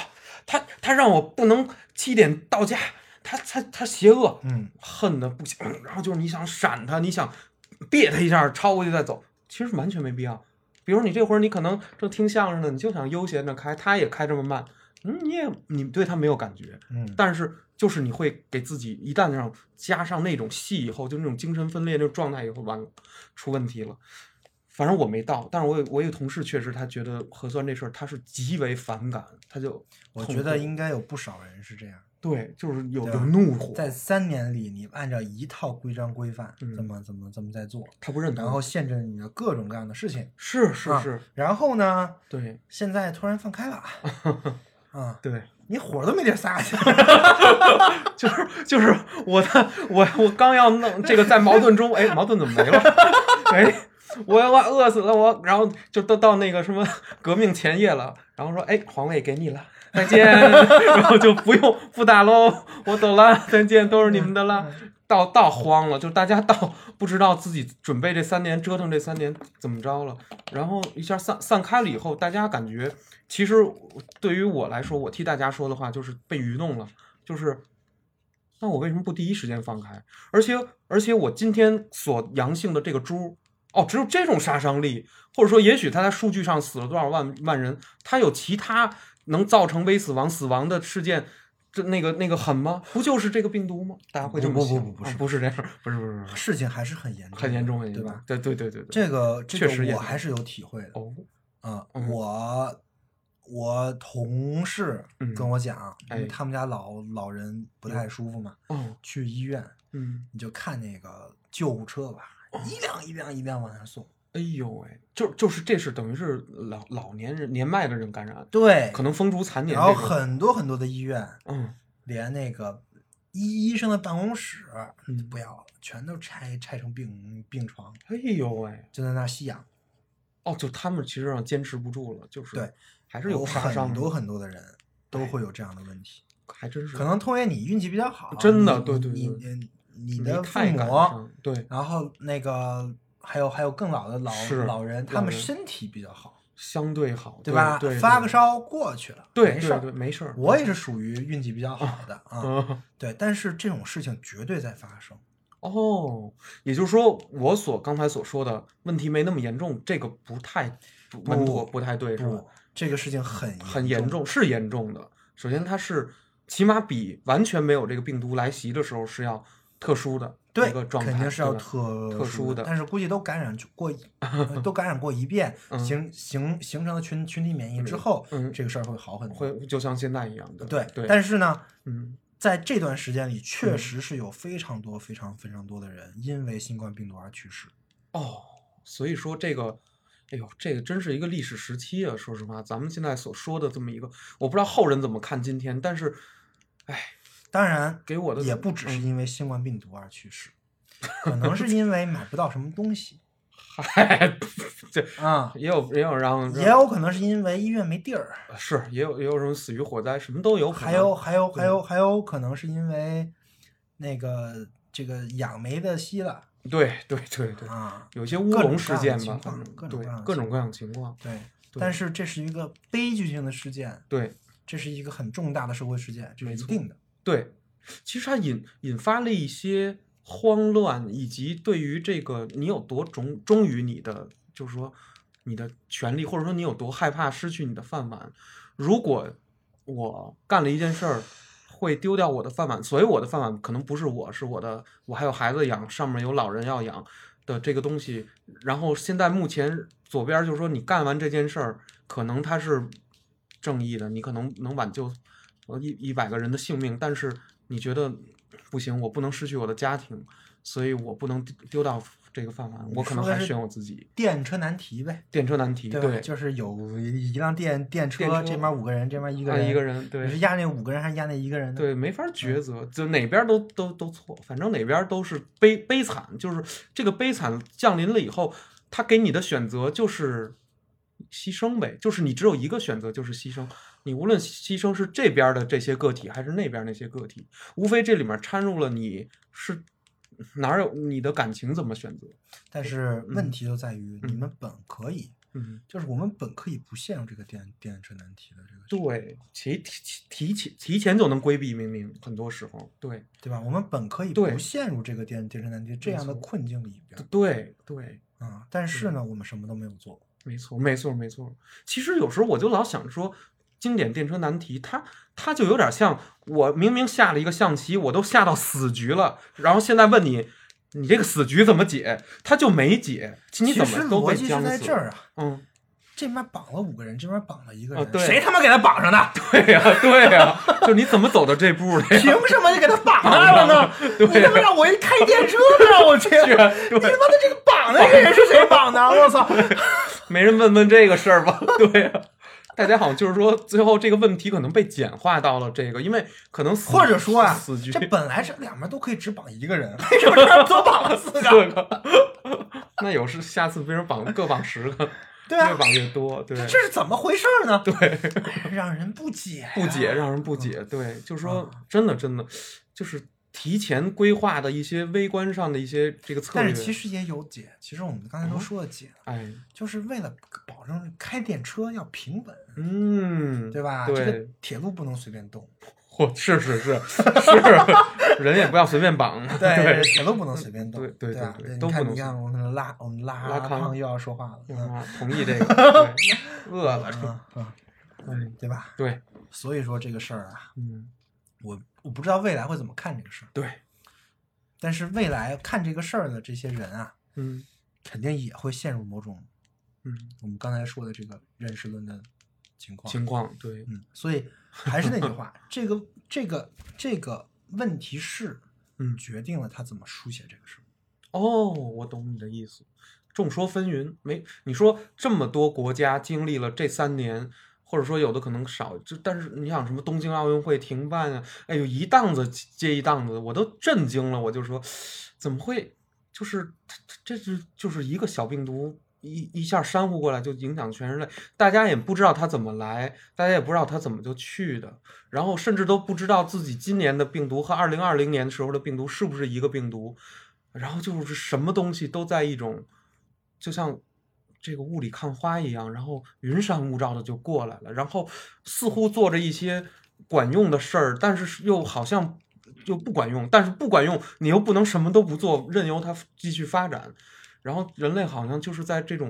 他他让我不能七点到家，他他他邪恶，嗯，恨的不行，然后就是你想闪他，你想别他一下，超过去再走，其实完全没必要。比如你这会儿你可能正听相声呢，你就想悠闲的开，他也开这么慢，嗯，你也你对他没有感觉，嗯但是就是你会给自己一旦让加上那种戏以后，就那种精神分裂那种状态以后，完了出问题了。反正我没到，但是我有我有同事确实他觉得核酸这事儿他是极为反感，他就我痛觉得苦应该有不少人是这样，对，就是有对有吧怒火，在三年里，你按照一套规章规范，嗯怎么怎么怎么在做，他不认同。然后限制你的各种各样的事情。是是啊是，然后呢，对现在突然放 <laughs> 开了，啊，对，你火都没地儿撒去， <laughs> 就是就是我的我我刚要弄这个在矛盾中，哎，矛盾怎么没了？ <laughs> 哎，我我饿死了，我然后就都到那个什么革命前夜了，然后说哎，皇位给你了，再见， <laughs> 然后就不用不打喽，我走了，再见，都是你们的了。到到慌了，就大家到不知道自己准备这三年折腾这三年怎么着了，然后一下散散开了以后，大家感觉其实对于我来说，我替大家说的话就是被愚弄了，就是那我为什么不第一时间放开？而且而且我今天所阳性的这个猪，哦，只有这种杀伤力，或者说也许他在数据上死了多少万万人，他有其他能造成微死亡死亡的事件。这那个那个狠吗？不就是这个病毒吗？大家会这么不不想不不啊是不是这样，不是不是不是，事情还是 <laughs> 很严重，很严重很严对重，吧？对对对对对。这个这确实个严我重还是有体会的哦，啊、嗯我我同事嗯跟我讲，因为哎他们家老老人不太舒服嘛，哦，去医院嗯，你就看那个救护车吧，哦一辆一辆一辆往上送，哎呦喂，就就是这是等于是老老年人年迈的人感染，对，可能风烛残年然这后种，很多很多的医院嗯连那个医医生的办公室嗯，不要了，全都拆拆成病病床，哎呦喂，就在那儿吸氧。哦，就他们其实上坚持不住了，就是对，还是有杀伤很力，多很多的人都对会有这样的问题，还真是可能通源你运气比较好，真的你对对你对你你你的父太赶母，上，对，然后那个还有还有更老的老是老人，他老们人身体比较好，相对好，对吧？对，发对个，烧过去了，对对没事对，儿。没事儿，我也是属于运气比较好的啊，嗯。对，但是这种事情绝对在发生。哦，也就是说，我所刚才所说的问题没那么严重，这个不太不稳妥，不太对，是吧不？，这个事情很很严，重，是严重的。首先，它是起码比完全没有这个病毒来袭的时候是要特殊的对一个，状态，肯定是要对吧特特殊的但是估计都感染 <laughs> 过一，呃都感染过一遍，嗯形形形成了群群体免疫之后，嗯这个事儿会好很多。会就像现在一样的。对，对，但是呢，嗯，在这段时间里，确实是有非常多、非常、非常多的人因为新冠病毒而去世。哦，所以说这个，哎呦，这个真是一个历史时期啊！说实话，咱们现在所说的这么一个，我不知道后人怎么看今天，但是，哎，当然，给我的也不只是嗯因为新冠病毒而 <laughs> 去世，可能是因为买不到什么东西嗨，这啊， <laughs> 也有也有让也有可能是因为医院没地儿。是也有也有什么死于火灾，什么都有可能。还有还有还有还有可能是因为那个这个氧没得吸了对对对对，啊，有一些乌各种龙各事样的件情吧，况反正各种对各样的各情种各样的情况，对。对但是这是一个悲剧性的事件，对这是一个很重大的社会事件，这是没一错定的。对，其实它引引发了一些慌乱，以及对于这个你有多忠忠于你的，就是说你的权利，或者说你有多害怕失去你的饭碗。如果我干了一件事儿，会丢掉我的饭碗，所以我的饭碗可能不是我，是我的，我还有孩子养，上面有老人要养的这个东西。然后现在目前左边就是说，你干完这件事儿，可能它是正义的，你可能能挽救呃一一百个人的性命，但是你觉得不行，我不能失去我的家庭，所以我不能丢丢到这个饭碗，我可能说的还是选我自己。电车难题呗，电车难题，对吧？就是有一辆电电车，电车这边五个人，这边一个按人，一个人对你是压那五个人还是压那一个人呢？对，没法抉择，就哪边儿都都都错，反正哪边儿都是悲悲惨，就是这个悲惨降临了以后，他给你的选择就是牺牲呗，就是你只有一个选择，就是牺牲。你无论牺牲是这边儿的这些个体，还是那边儿那些个体，无非这里面掺入了你是哪儿有你的感情怎么选择。但是问嗯题就在于你们本可以，嗯，就是我们本可以不陷入这个电电车难题的这个事，对，提提提前提前就能规避命运，很多时候，对对吧？我们本可以对不陷入这个电电车难题这没样的错困境里边对对，啊、但是呢，我们什么都没有做。没错，没错，没错。其实有时候我就老想说，经典电车难题，它它就有点像我明明下了一个象棋，我都下到死局了，然后现在问你，你这个死局怎么解？它就没解，你其实怎么都逻被辑僵是死在这了。儿啊，嗯，这边绑了五个人，这边绑了一个啊人，对谁他妈给他 <laughs> 绑上的？对呀、对呀、就你怎么走到这步的凭呀？什么就给他绑上了呢？对啊你他妈让我一开电车呢，让我 <laughs> 去！是啊你他妈的这个绑的这人是谁绑的？啊我操！没人问问这个事儿吧？对呀、大家好像就是说，最后这个问题可能被简化到了这个，因为可能死或者说啊死局，这本来是两边都可以只绑一个人，为什么这儿都绑了 <laughs> 四个？这个， <laughs> 那有是下次别人绑各绑十个， <laughs> 对啊越绑越多，对，这是怎么回事呢？对，让人不解啊 <laughs> 哎呀，嗯不解让人不解，对，就是说真的真的就是提前规划的一些微观上的一些这个策但略，是其实也有解，其实我们嗯刚才都说了解，哎，就是为了保证开电车要平稳，嗯，对吧？这个对，铁路不能随便动，嚯，是是 <laughs> 是是，人也不要随便绑， <laughs> 对，铁路不能随便动，对对对吧对对对都你看不能你看，我们拉我们拉拉康又要说话了，嗯啊同意 <laughs> 这个，对饿了， <laughs> 嗯嗯，嗯，对吧？对，所以说这个事儿啊，嗯，我我不知道未来会怎么看这个事儿，对，但是未来看这个事儿的这些人啊，嗯肯定也会陷入某种嗯，我们刚才说的这个认识论的情况。情况对，嗯，所以还是那句话，这个这个这个问题是嗯，决定了他怎么书写这个事儿。哦，我懂你的意思。众说纷纭，没你说这么多国家经历了这三年，或者说有的可能少，就但是你想什么东京奥运会停办啊，哎呦一档子接一档子的，我都震惊了。我就说，怎么会？就是这这是就是一个小病毒一一下煽乎过来就影响全人类，大家也不知道它怎么来，大家也不知道它怎么就去的，然后甚至都不知道自己今年的病毒和二零二零年时候的病毒是不是一个病毒。然后就是什么东西都在一种，就像这个雾里看花一样，然后云山雾罩的就过来了，然后似乎做着一些管用的事儿，但是又好像又不管用，但是不管用，你又不能什么都不做，任由它继续发展。然后人类好像就是在这种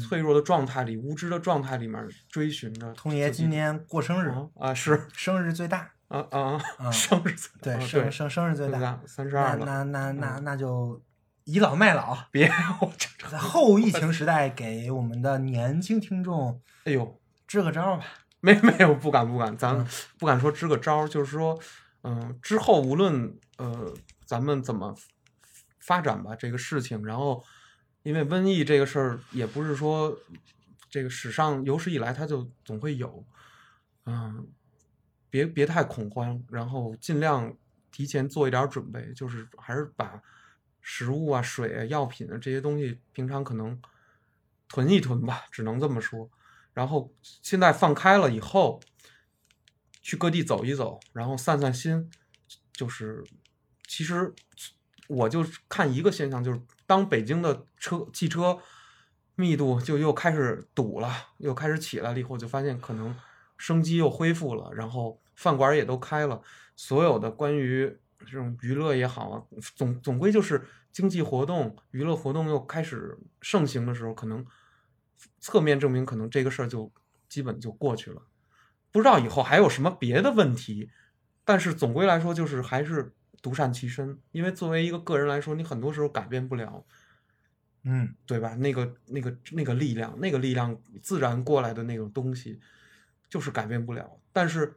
脆弱的状态里、无知的状态里面追寻着自己。通爷今年过生日，啊啊是生日最大，啊啊啊啊，生日最对，啊生生生日最对大，三十那二了，那那那那就倚老卖老，别我这这在后疫情时代给我们的年轻听众哎呦。支个招吧。没没有，不敢不敢，咱不敢说支个招儿，就是说，嗯、之后无论呃咱们怎么发展吧这个事情，然后因为瘟疫这个事儿也不是说这个史上有史以来它就总会有，嗯、别别太恐慌，然后尽量提前做一点儿准备，就是还是把食物啊、水啊、药品啊这些东西，平常可能囤一囤吧，只能这么说。然后现在放开了以后，去各地走一走，然后散散心，就是其实我就看一个现象，就是当北京的车汽车密度就又开始堵了，又开始起来了以后，就发现可能生机又恢复了，然后饭馆儿也都开了，所有的关于这种娱乐也好啊，总总归就是经济活动、娱乐活动又开始盛行的时候，可能侧面证明，可能这个事儿就基本就过去了。不知道以后还有什么别的问题，但是总归来说，就是还是独善其身，因为作为一个个人来说，你很多时候改变不了。嗯，对吧？那个、那个、那个力量，那个力量自然过来的那种东西，就是改变不了。但是，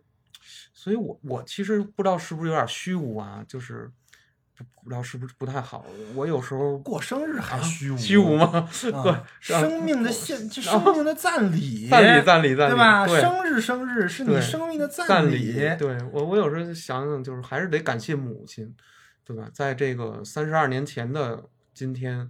所以我我其实不知道是不是有点虚无啊，就是不不知道是不是不太好。我有时候啊过生日还虚无、虚无？吗？、 <laughs> 啊是啊生 <laughs> 命的献，这生命的赞礼，赞礼赞礼赞礼，对吧？对生日生日是你对生命的赞礼，对我，我有时候想想，就是还是得感谢母亲，对吧？在这个三十二年前的今天，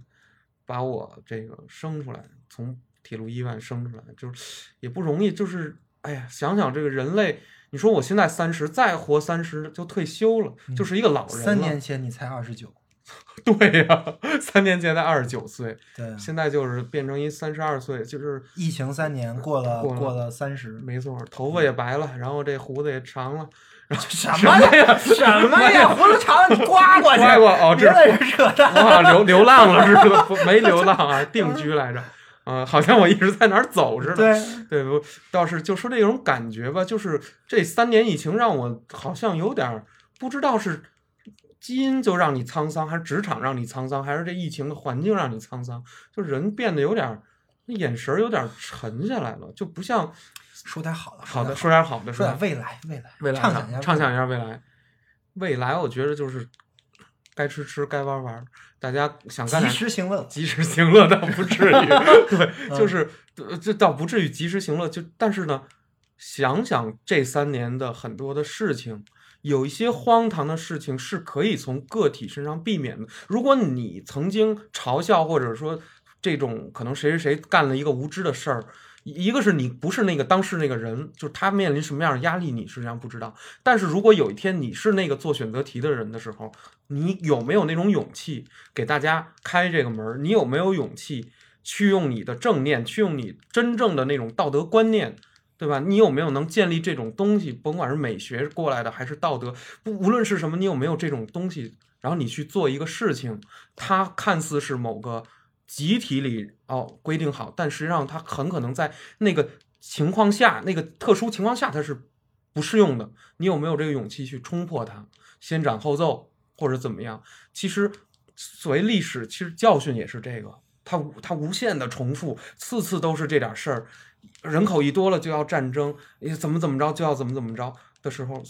把我这个生出来，从铁路医院生出来，就是也不容易。就是哎呀，想想这个人类，你说我现在三十，再活三十就退休了，就是一个老人了。三年，前你才二十九， <laughs> 对呀、三年前才二十九岁，对，现在就是变成一三十二岁，就是疫情三年过了，过了过了三 <laughs> 十，没错，头发也白了，然后这胡子也长了，什么呀？什么呀？葫芦肠你刮过去，刮过哦别这在这扯 <laughs> 淡。哇，流流浪了似的，不没流浪啊，定居来着。啊、好像我一直在哪儿走似的。对，对，我倒是就说这种感觉吧，就是这三年疫情让我好像有点儿不知道是基因就让你沧桑，还是职场让你沧桑，还是这疫情的环境让你沧桑，就人变得有点儿那眼神儿有点儿沉下来了，就不像说点好的，好的的，说点好的，说说点嗯点未来，未来，啊未来啊畅想一下，畅想一下未来。未来我觉得就是该吃吃，该玩玩，大家想干及点时行乐。及时行乐倒不至于，对，就是呃这倒不至于及时行乐，就但是呢，想想这三年的很多的事情，有一些荒唐的事情是可以从个体身上避免的。如果你曾经嘲笑或者说这种可能谁谁谁干了一个无知的事儿。一一个是你不是那个当事那个人，就是他面临什么样的压力，你实际上不知道。但是如果有一天你是那个做选择题的人的时候，你有没有那种勇气给大家开这个门儿？你有没有勇气去用你的正念，去用你真正的那种道德观念，对吧？你有没有能建立这种东西？甭管是美学过来的，还是道德，不无论是什么，你有没有这种东西？然后你去做一个事情，它看似是某个集体里哦规定好，但实际上它很可能在那个情况下，那个特殊情况下它是不适用的。你有没有这个勇气去冲破它，先斩后奏，或者怎么样？其实所谓历史，其实教训也是这个，它无它无限的重复，次次都是这点事儿，人口一多了就要战争，你怎么怎么着就要怎么怎么着的时候，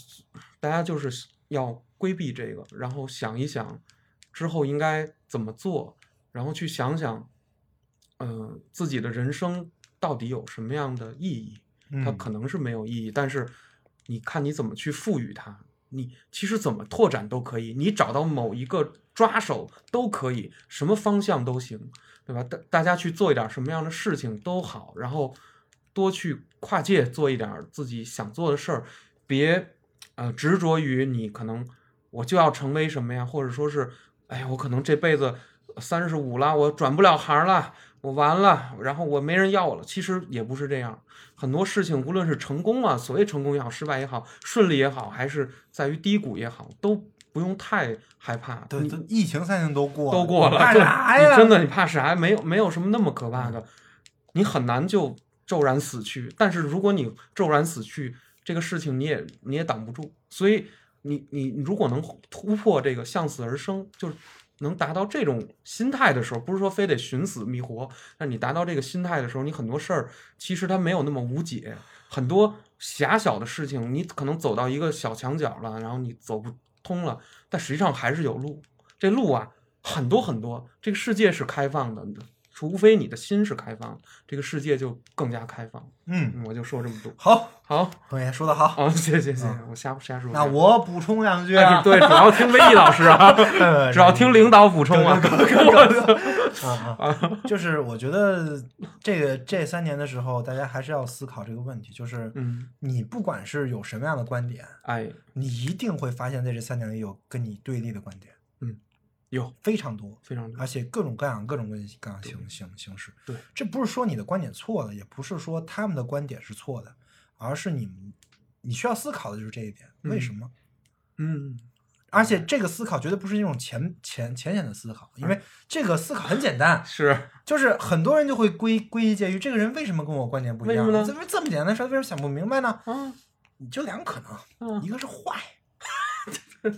大家就是要规避这个，然后想一想之后应该怎么做，然后去想想，嗯、自己的人生到底有什么样的意义？它嗯可能是没有意义，但是你看你怎么去赋予它。你其实怎么拓展都可以，你找到某一个抓手都可以，什么方向都行，对吧？大大家去做一点什么样的事情都好，然后多去跨界做一点自己想做的事儿，别呃执着于你可能我就要成为什么呀，或者说是哎呀，我可能这辈子三十五了，我转不了行了，我完了，然后我没人要我了。其实也不是这样，很多事情无论是成功啊，所谓成功也好，失败也好，顺利也好，还是在于低谷也好，都不用太害怕。对，你都疫情三年都过都过了，干对啥你呀？真的，你怕啥？没有没有什么那么可怕的，你很难就骤然死去。但是如果你骤然死去，这个事情你也你也挡不住。所以你你你如果能突破这个向死而生，就是能达到这种心态的时候，不是说非得寻死觅活，但你达到这个心态的时候，你很多事儿其实它没有那么无解，很多狭小的事情，你可能走到一个小墙角了，然后你走不通了，但实际上还是有路。这路啊，很多很多，这个世界是开放的，除非你的心是开放的，这个世界就更加开放。嗯，嗯哦我就说这么多。好，好，同学说的好。好、谢谢谢谢嗯，我瞎瞎说。那我补充两句哎啊，对，主要听威毅老师 <laughs> 啊，呃主要听领导补充 <laughs> 啊。 <laughs> 啊啊，就是我觉得这个这三年的时候，大家还是要思考这个问题，就是嗯，你不管是有什么样的观点，哎，你一定会发现在这三年里有跟你对立的观点有非常多，非常多而且各种各样、各种各样形形形式。对，这不是说你的观点错了，也不是说他们的观点是错的，而是你们你需要思考的就是这一点，为嗯什么？嗯，而且这个思考绝对不是那种浅浅浅显的思考，因为这个思考很简单，哎是就是很多人就会归归结于这个人为什么跟我观点不一样？为什么呢怎么这么简单的事儿为什么想不明白呢？啊，你就两个可能，嗯一个是坏，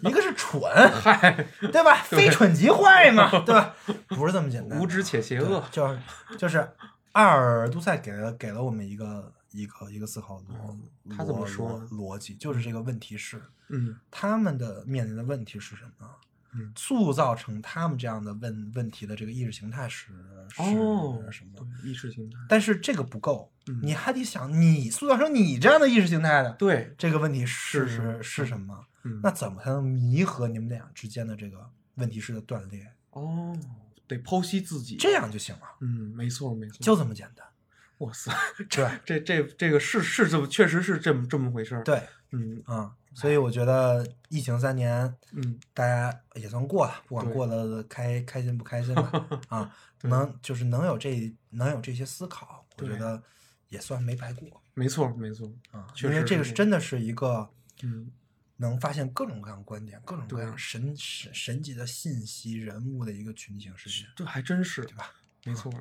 一个 <laughs> 是蠢， <laughs> 嗨，对 <laughs> 吧？非蠢即坏嘛，对吧？不是这么简单，无知且邪恶对，就是就是阿尔都塞给了给了我们一个一个一个思考逻，哦他怎么逻说呢逻逻辑？就是这个问题是嗯他们的面临的问题是什么？嗯塑造成他们这样的问问题的这个意识形态是是哦，什么？对意识形态？但是这个不够，嗯你还得想你塑造成你这样的意识形态的对，这个问题是是是是是什么？嗯，那怎么才能弥合你们俩之间的这个问题式的断裂？哦，得剖析自己，这，样就行了，嗯，没错没错，就这么简单。哇塞，对这这这个是是这么，确实是这么这么回事儿，，对，嗯啊、所以我觉得疫情三年，嗯，大家也算过了，不管对过了开开心不开 <laughs> 心吧，啊，能就是能有这能有这些思考，我觉对得也算没白过没错没错，啊，确因为实这是这个是样真的是一个嗯能发现各种各样观点、各种各对样神神神级的信息、人物的一个群体性事件。这还真是，对吧？没错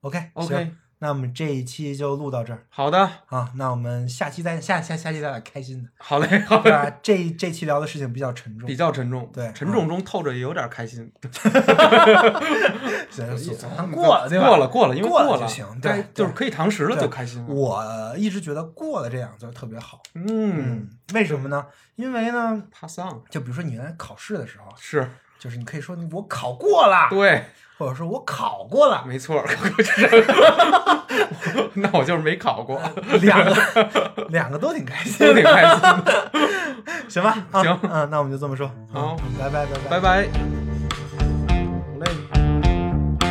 OK ，OK，行那我们这一期就录到这儿好的，啊，那我们下期再下下下期咱俩开心的，好嘞，好对嘞。吧？这这期聊的事情比较沉重比，较沉重，对沉重中透着也有点开心。行行行嗯过了对吧？过了，过了，因为过了了就行对该就是对可以堂食了，对就开心了。我一直觉得过了这两个字儿特别好，嗯，，为什么呢？因为呢， pass on 就比如说你原来考试的时候，是就是你可以说你我考过了，对，或者说我考过了，没错儿， <laughs> 那我就是没考 <laughs> 过，两个 <laughs> 两个都挺开心都挺的，开心的。行吧？啊行嗯，那我们就这么说，好嗯，拜拜，拜拜拜。拜。好嘞。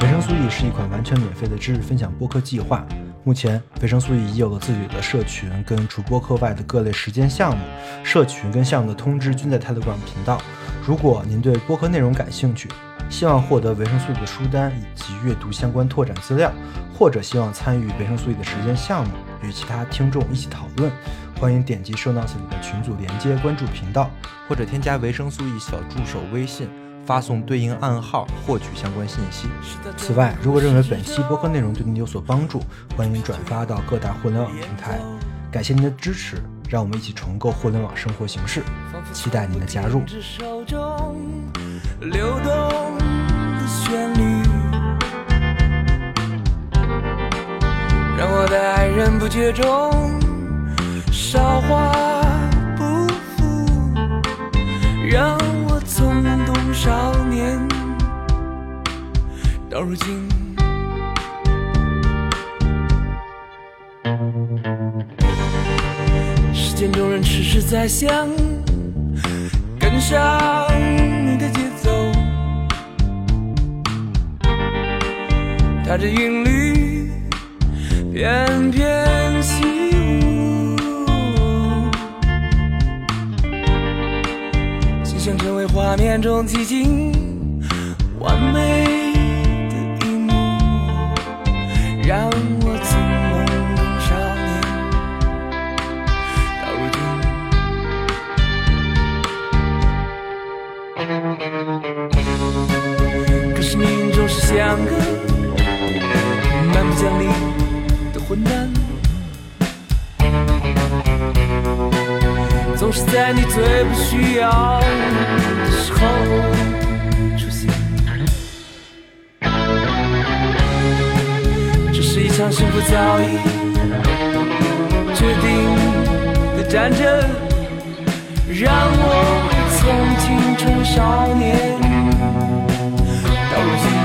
维生素 E 是一款完全免费的知识分享播客计划。目前，维生素 E 已有了自己的社群跟除播客外的各类实践项目，社群跟项目的通知均在 Telegram 频道。如果您对播客内容感兴趣，希望获得维生素 E 的书单以及阅读相关拓展资料，或者希望参与维生素 E 的实践项目，与其他听众一起讨论，欢迎点击 Show Notes 里的群组连接关注频道。或者添加维生素 E 小助手微信，发送对应暗号获取相关信息。此此外外，，如如果果认认为为本本期期播播客客内内容容对对您您有有所所帮帮助助，，欢迎转发到各大互联网平台，感谢您的支持，让我们一起重构互联网生活形式。期待您的加入。流动的旋律，让我的爱人不觉中韶华不复，让我从懵懂少年到如今。时间中人痴痴在想，跟上你的节奏，踏着韵律翩翩起舞，心想成为画面中寂静完美的一幕，让我从懵懂少年到如今。可是你总是像个蛮不讲理的混蛋，总是在你最不需要的时候出现。这是一场幸福早已决定的战争，让我从青春少年。到如今。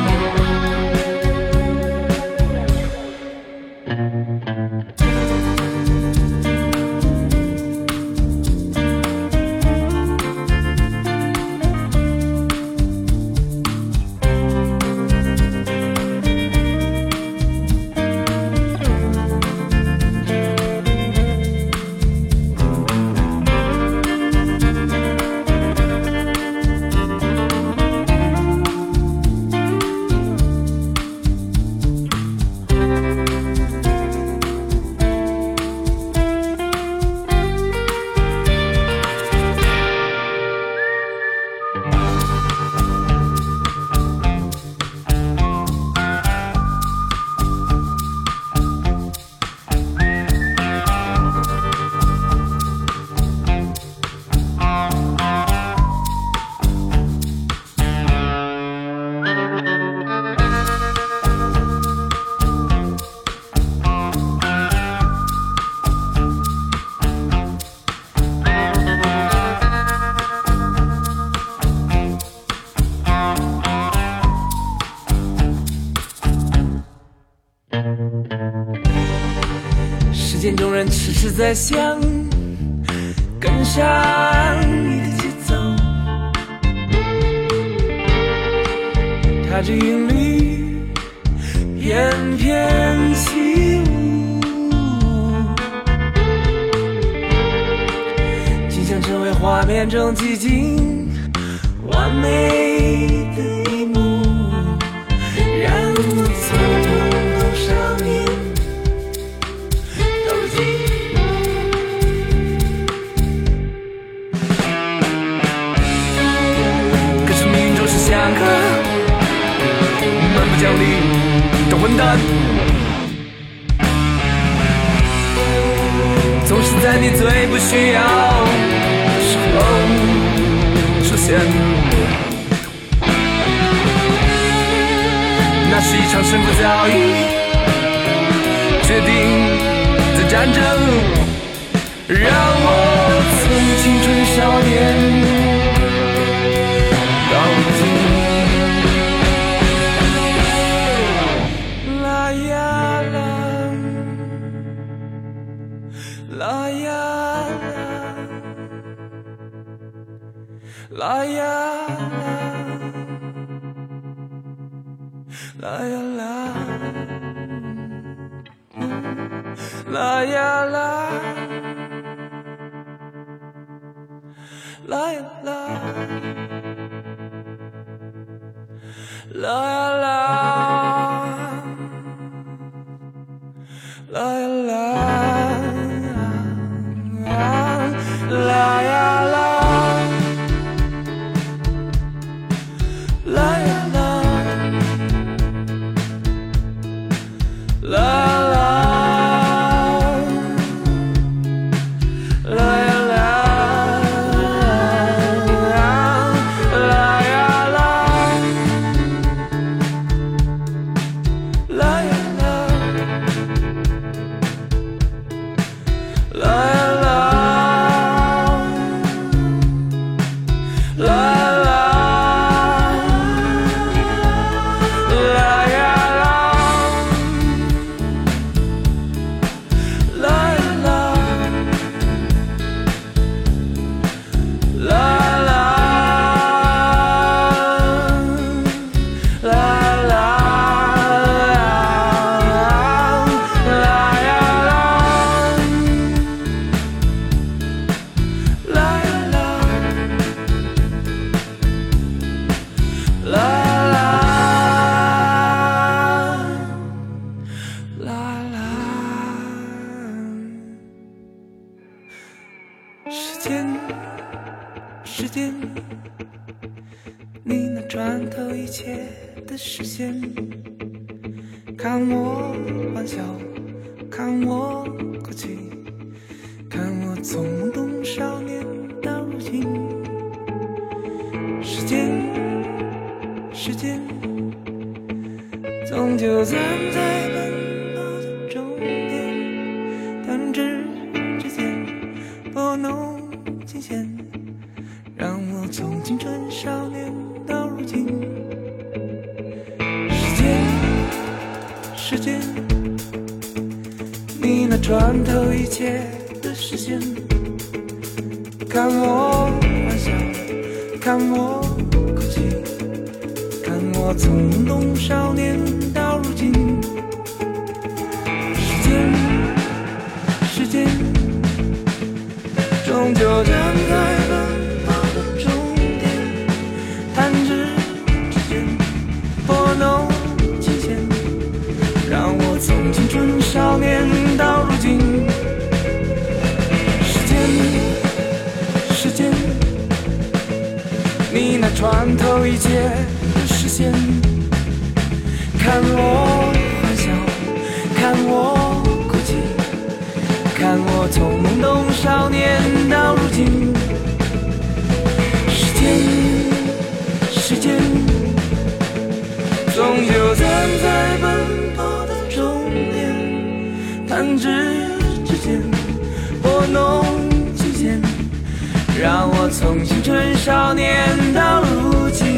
片中人痴痴在想，跟上你的节奏，踏着韵律，翩翩起舞，即将成为画面中寂静完美的一幕，让我从多少年。到如今，可是命运总是相克，蛮不讲理的混蛋，总是在你最不需要的时候出现。那是一场胜负交易。决定的战争，让我从青春少年到今。啦呀啦，啦呀啦，啦呀啦，啦呀啦。啦呀啦，啦呀啦，啦呀啦，啦呀啦，啦呀啦，啦呀啦。啦啦啦啦啦啦呀啦，啦呀啦，啦呀啦，啦啦，啦呀啦。啦啦啦啦啦啦啦呀啦，啦呀啦。啦啦啦啦，时间，时间，你那穿透一切的视线，看我欢笑，看我哭泣，看我从懵懂少年到如今，时间，时间。终究站在奔跑的终点，弹指之间拨弄琴弦，让我从青春少年到如今。时间，时间，你那穿透一切的视线，看我欢笑，看我哭泣。看我从懵懂少年到如今，时间，时间，终究站在奔跑的终点，弹指之间，拨弄琴弦，让我从青春少年到如今，时间，时间。你那穿透一切的视线，看我欢笑，看我哭泣，看我从懵懂少年到如今。时间，时间，终究站在奔波的终点，弹指之间，拨弄琴弦。让我从青春少年到如今。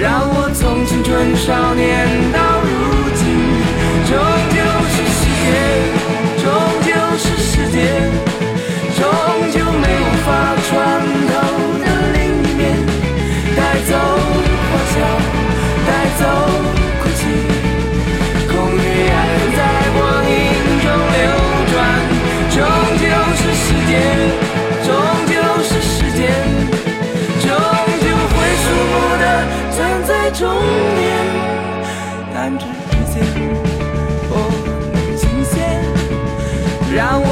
从少年到如今，终究是喜悦，终究是世界，终究没有法穿透的另一面，带走欢笑，带走哭泣。空与爱在光影中流转，终究是时间，终究是时间，终究会数不的站在终点。弹指之间，我们倾斜，让我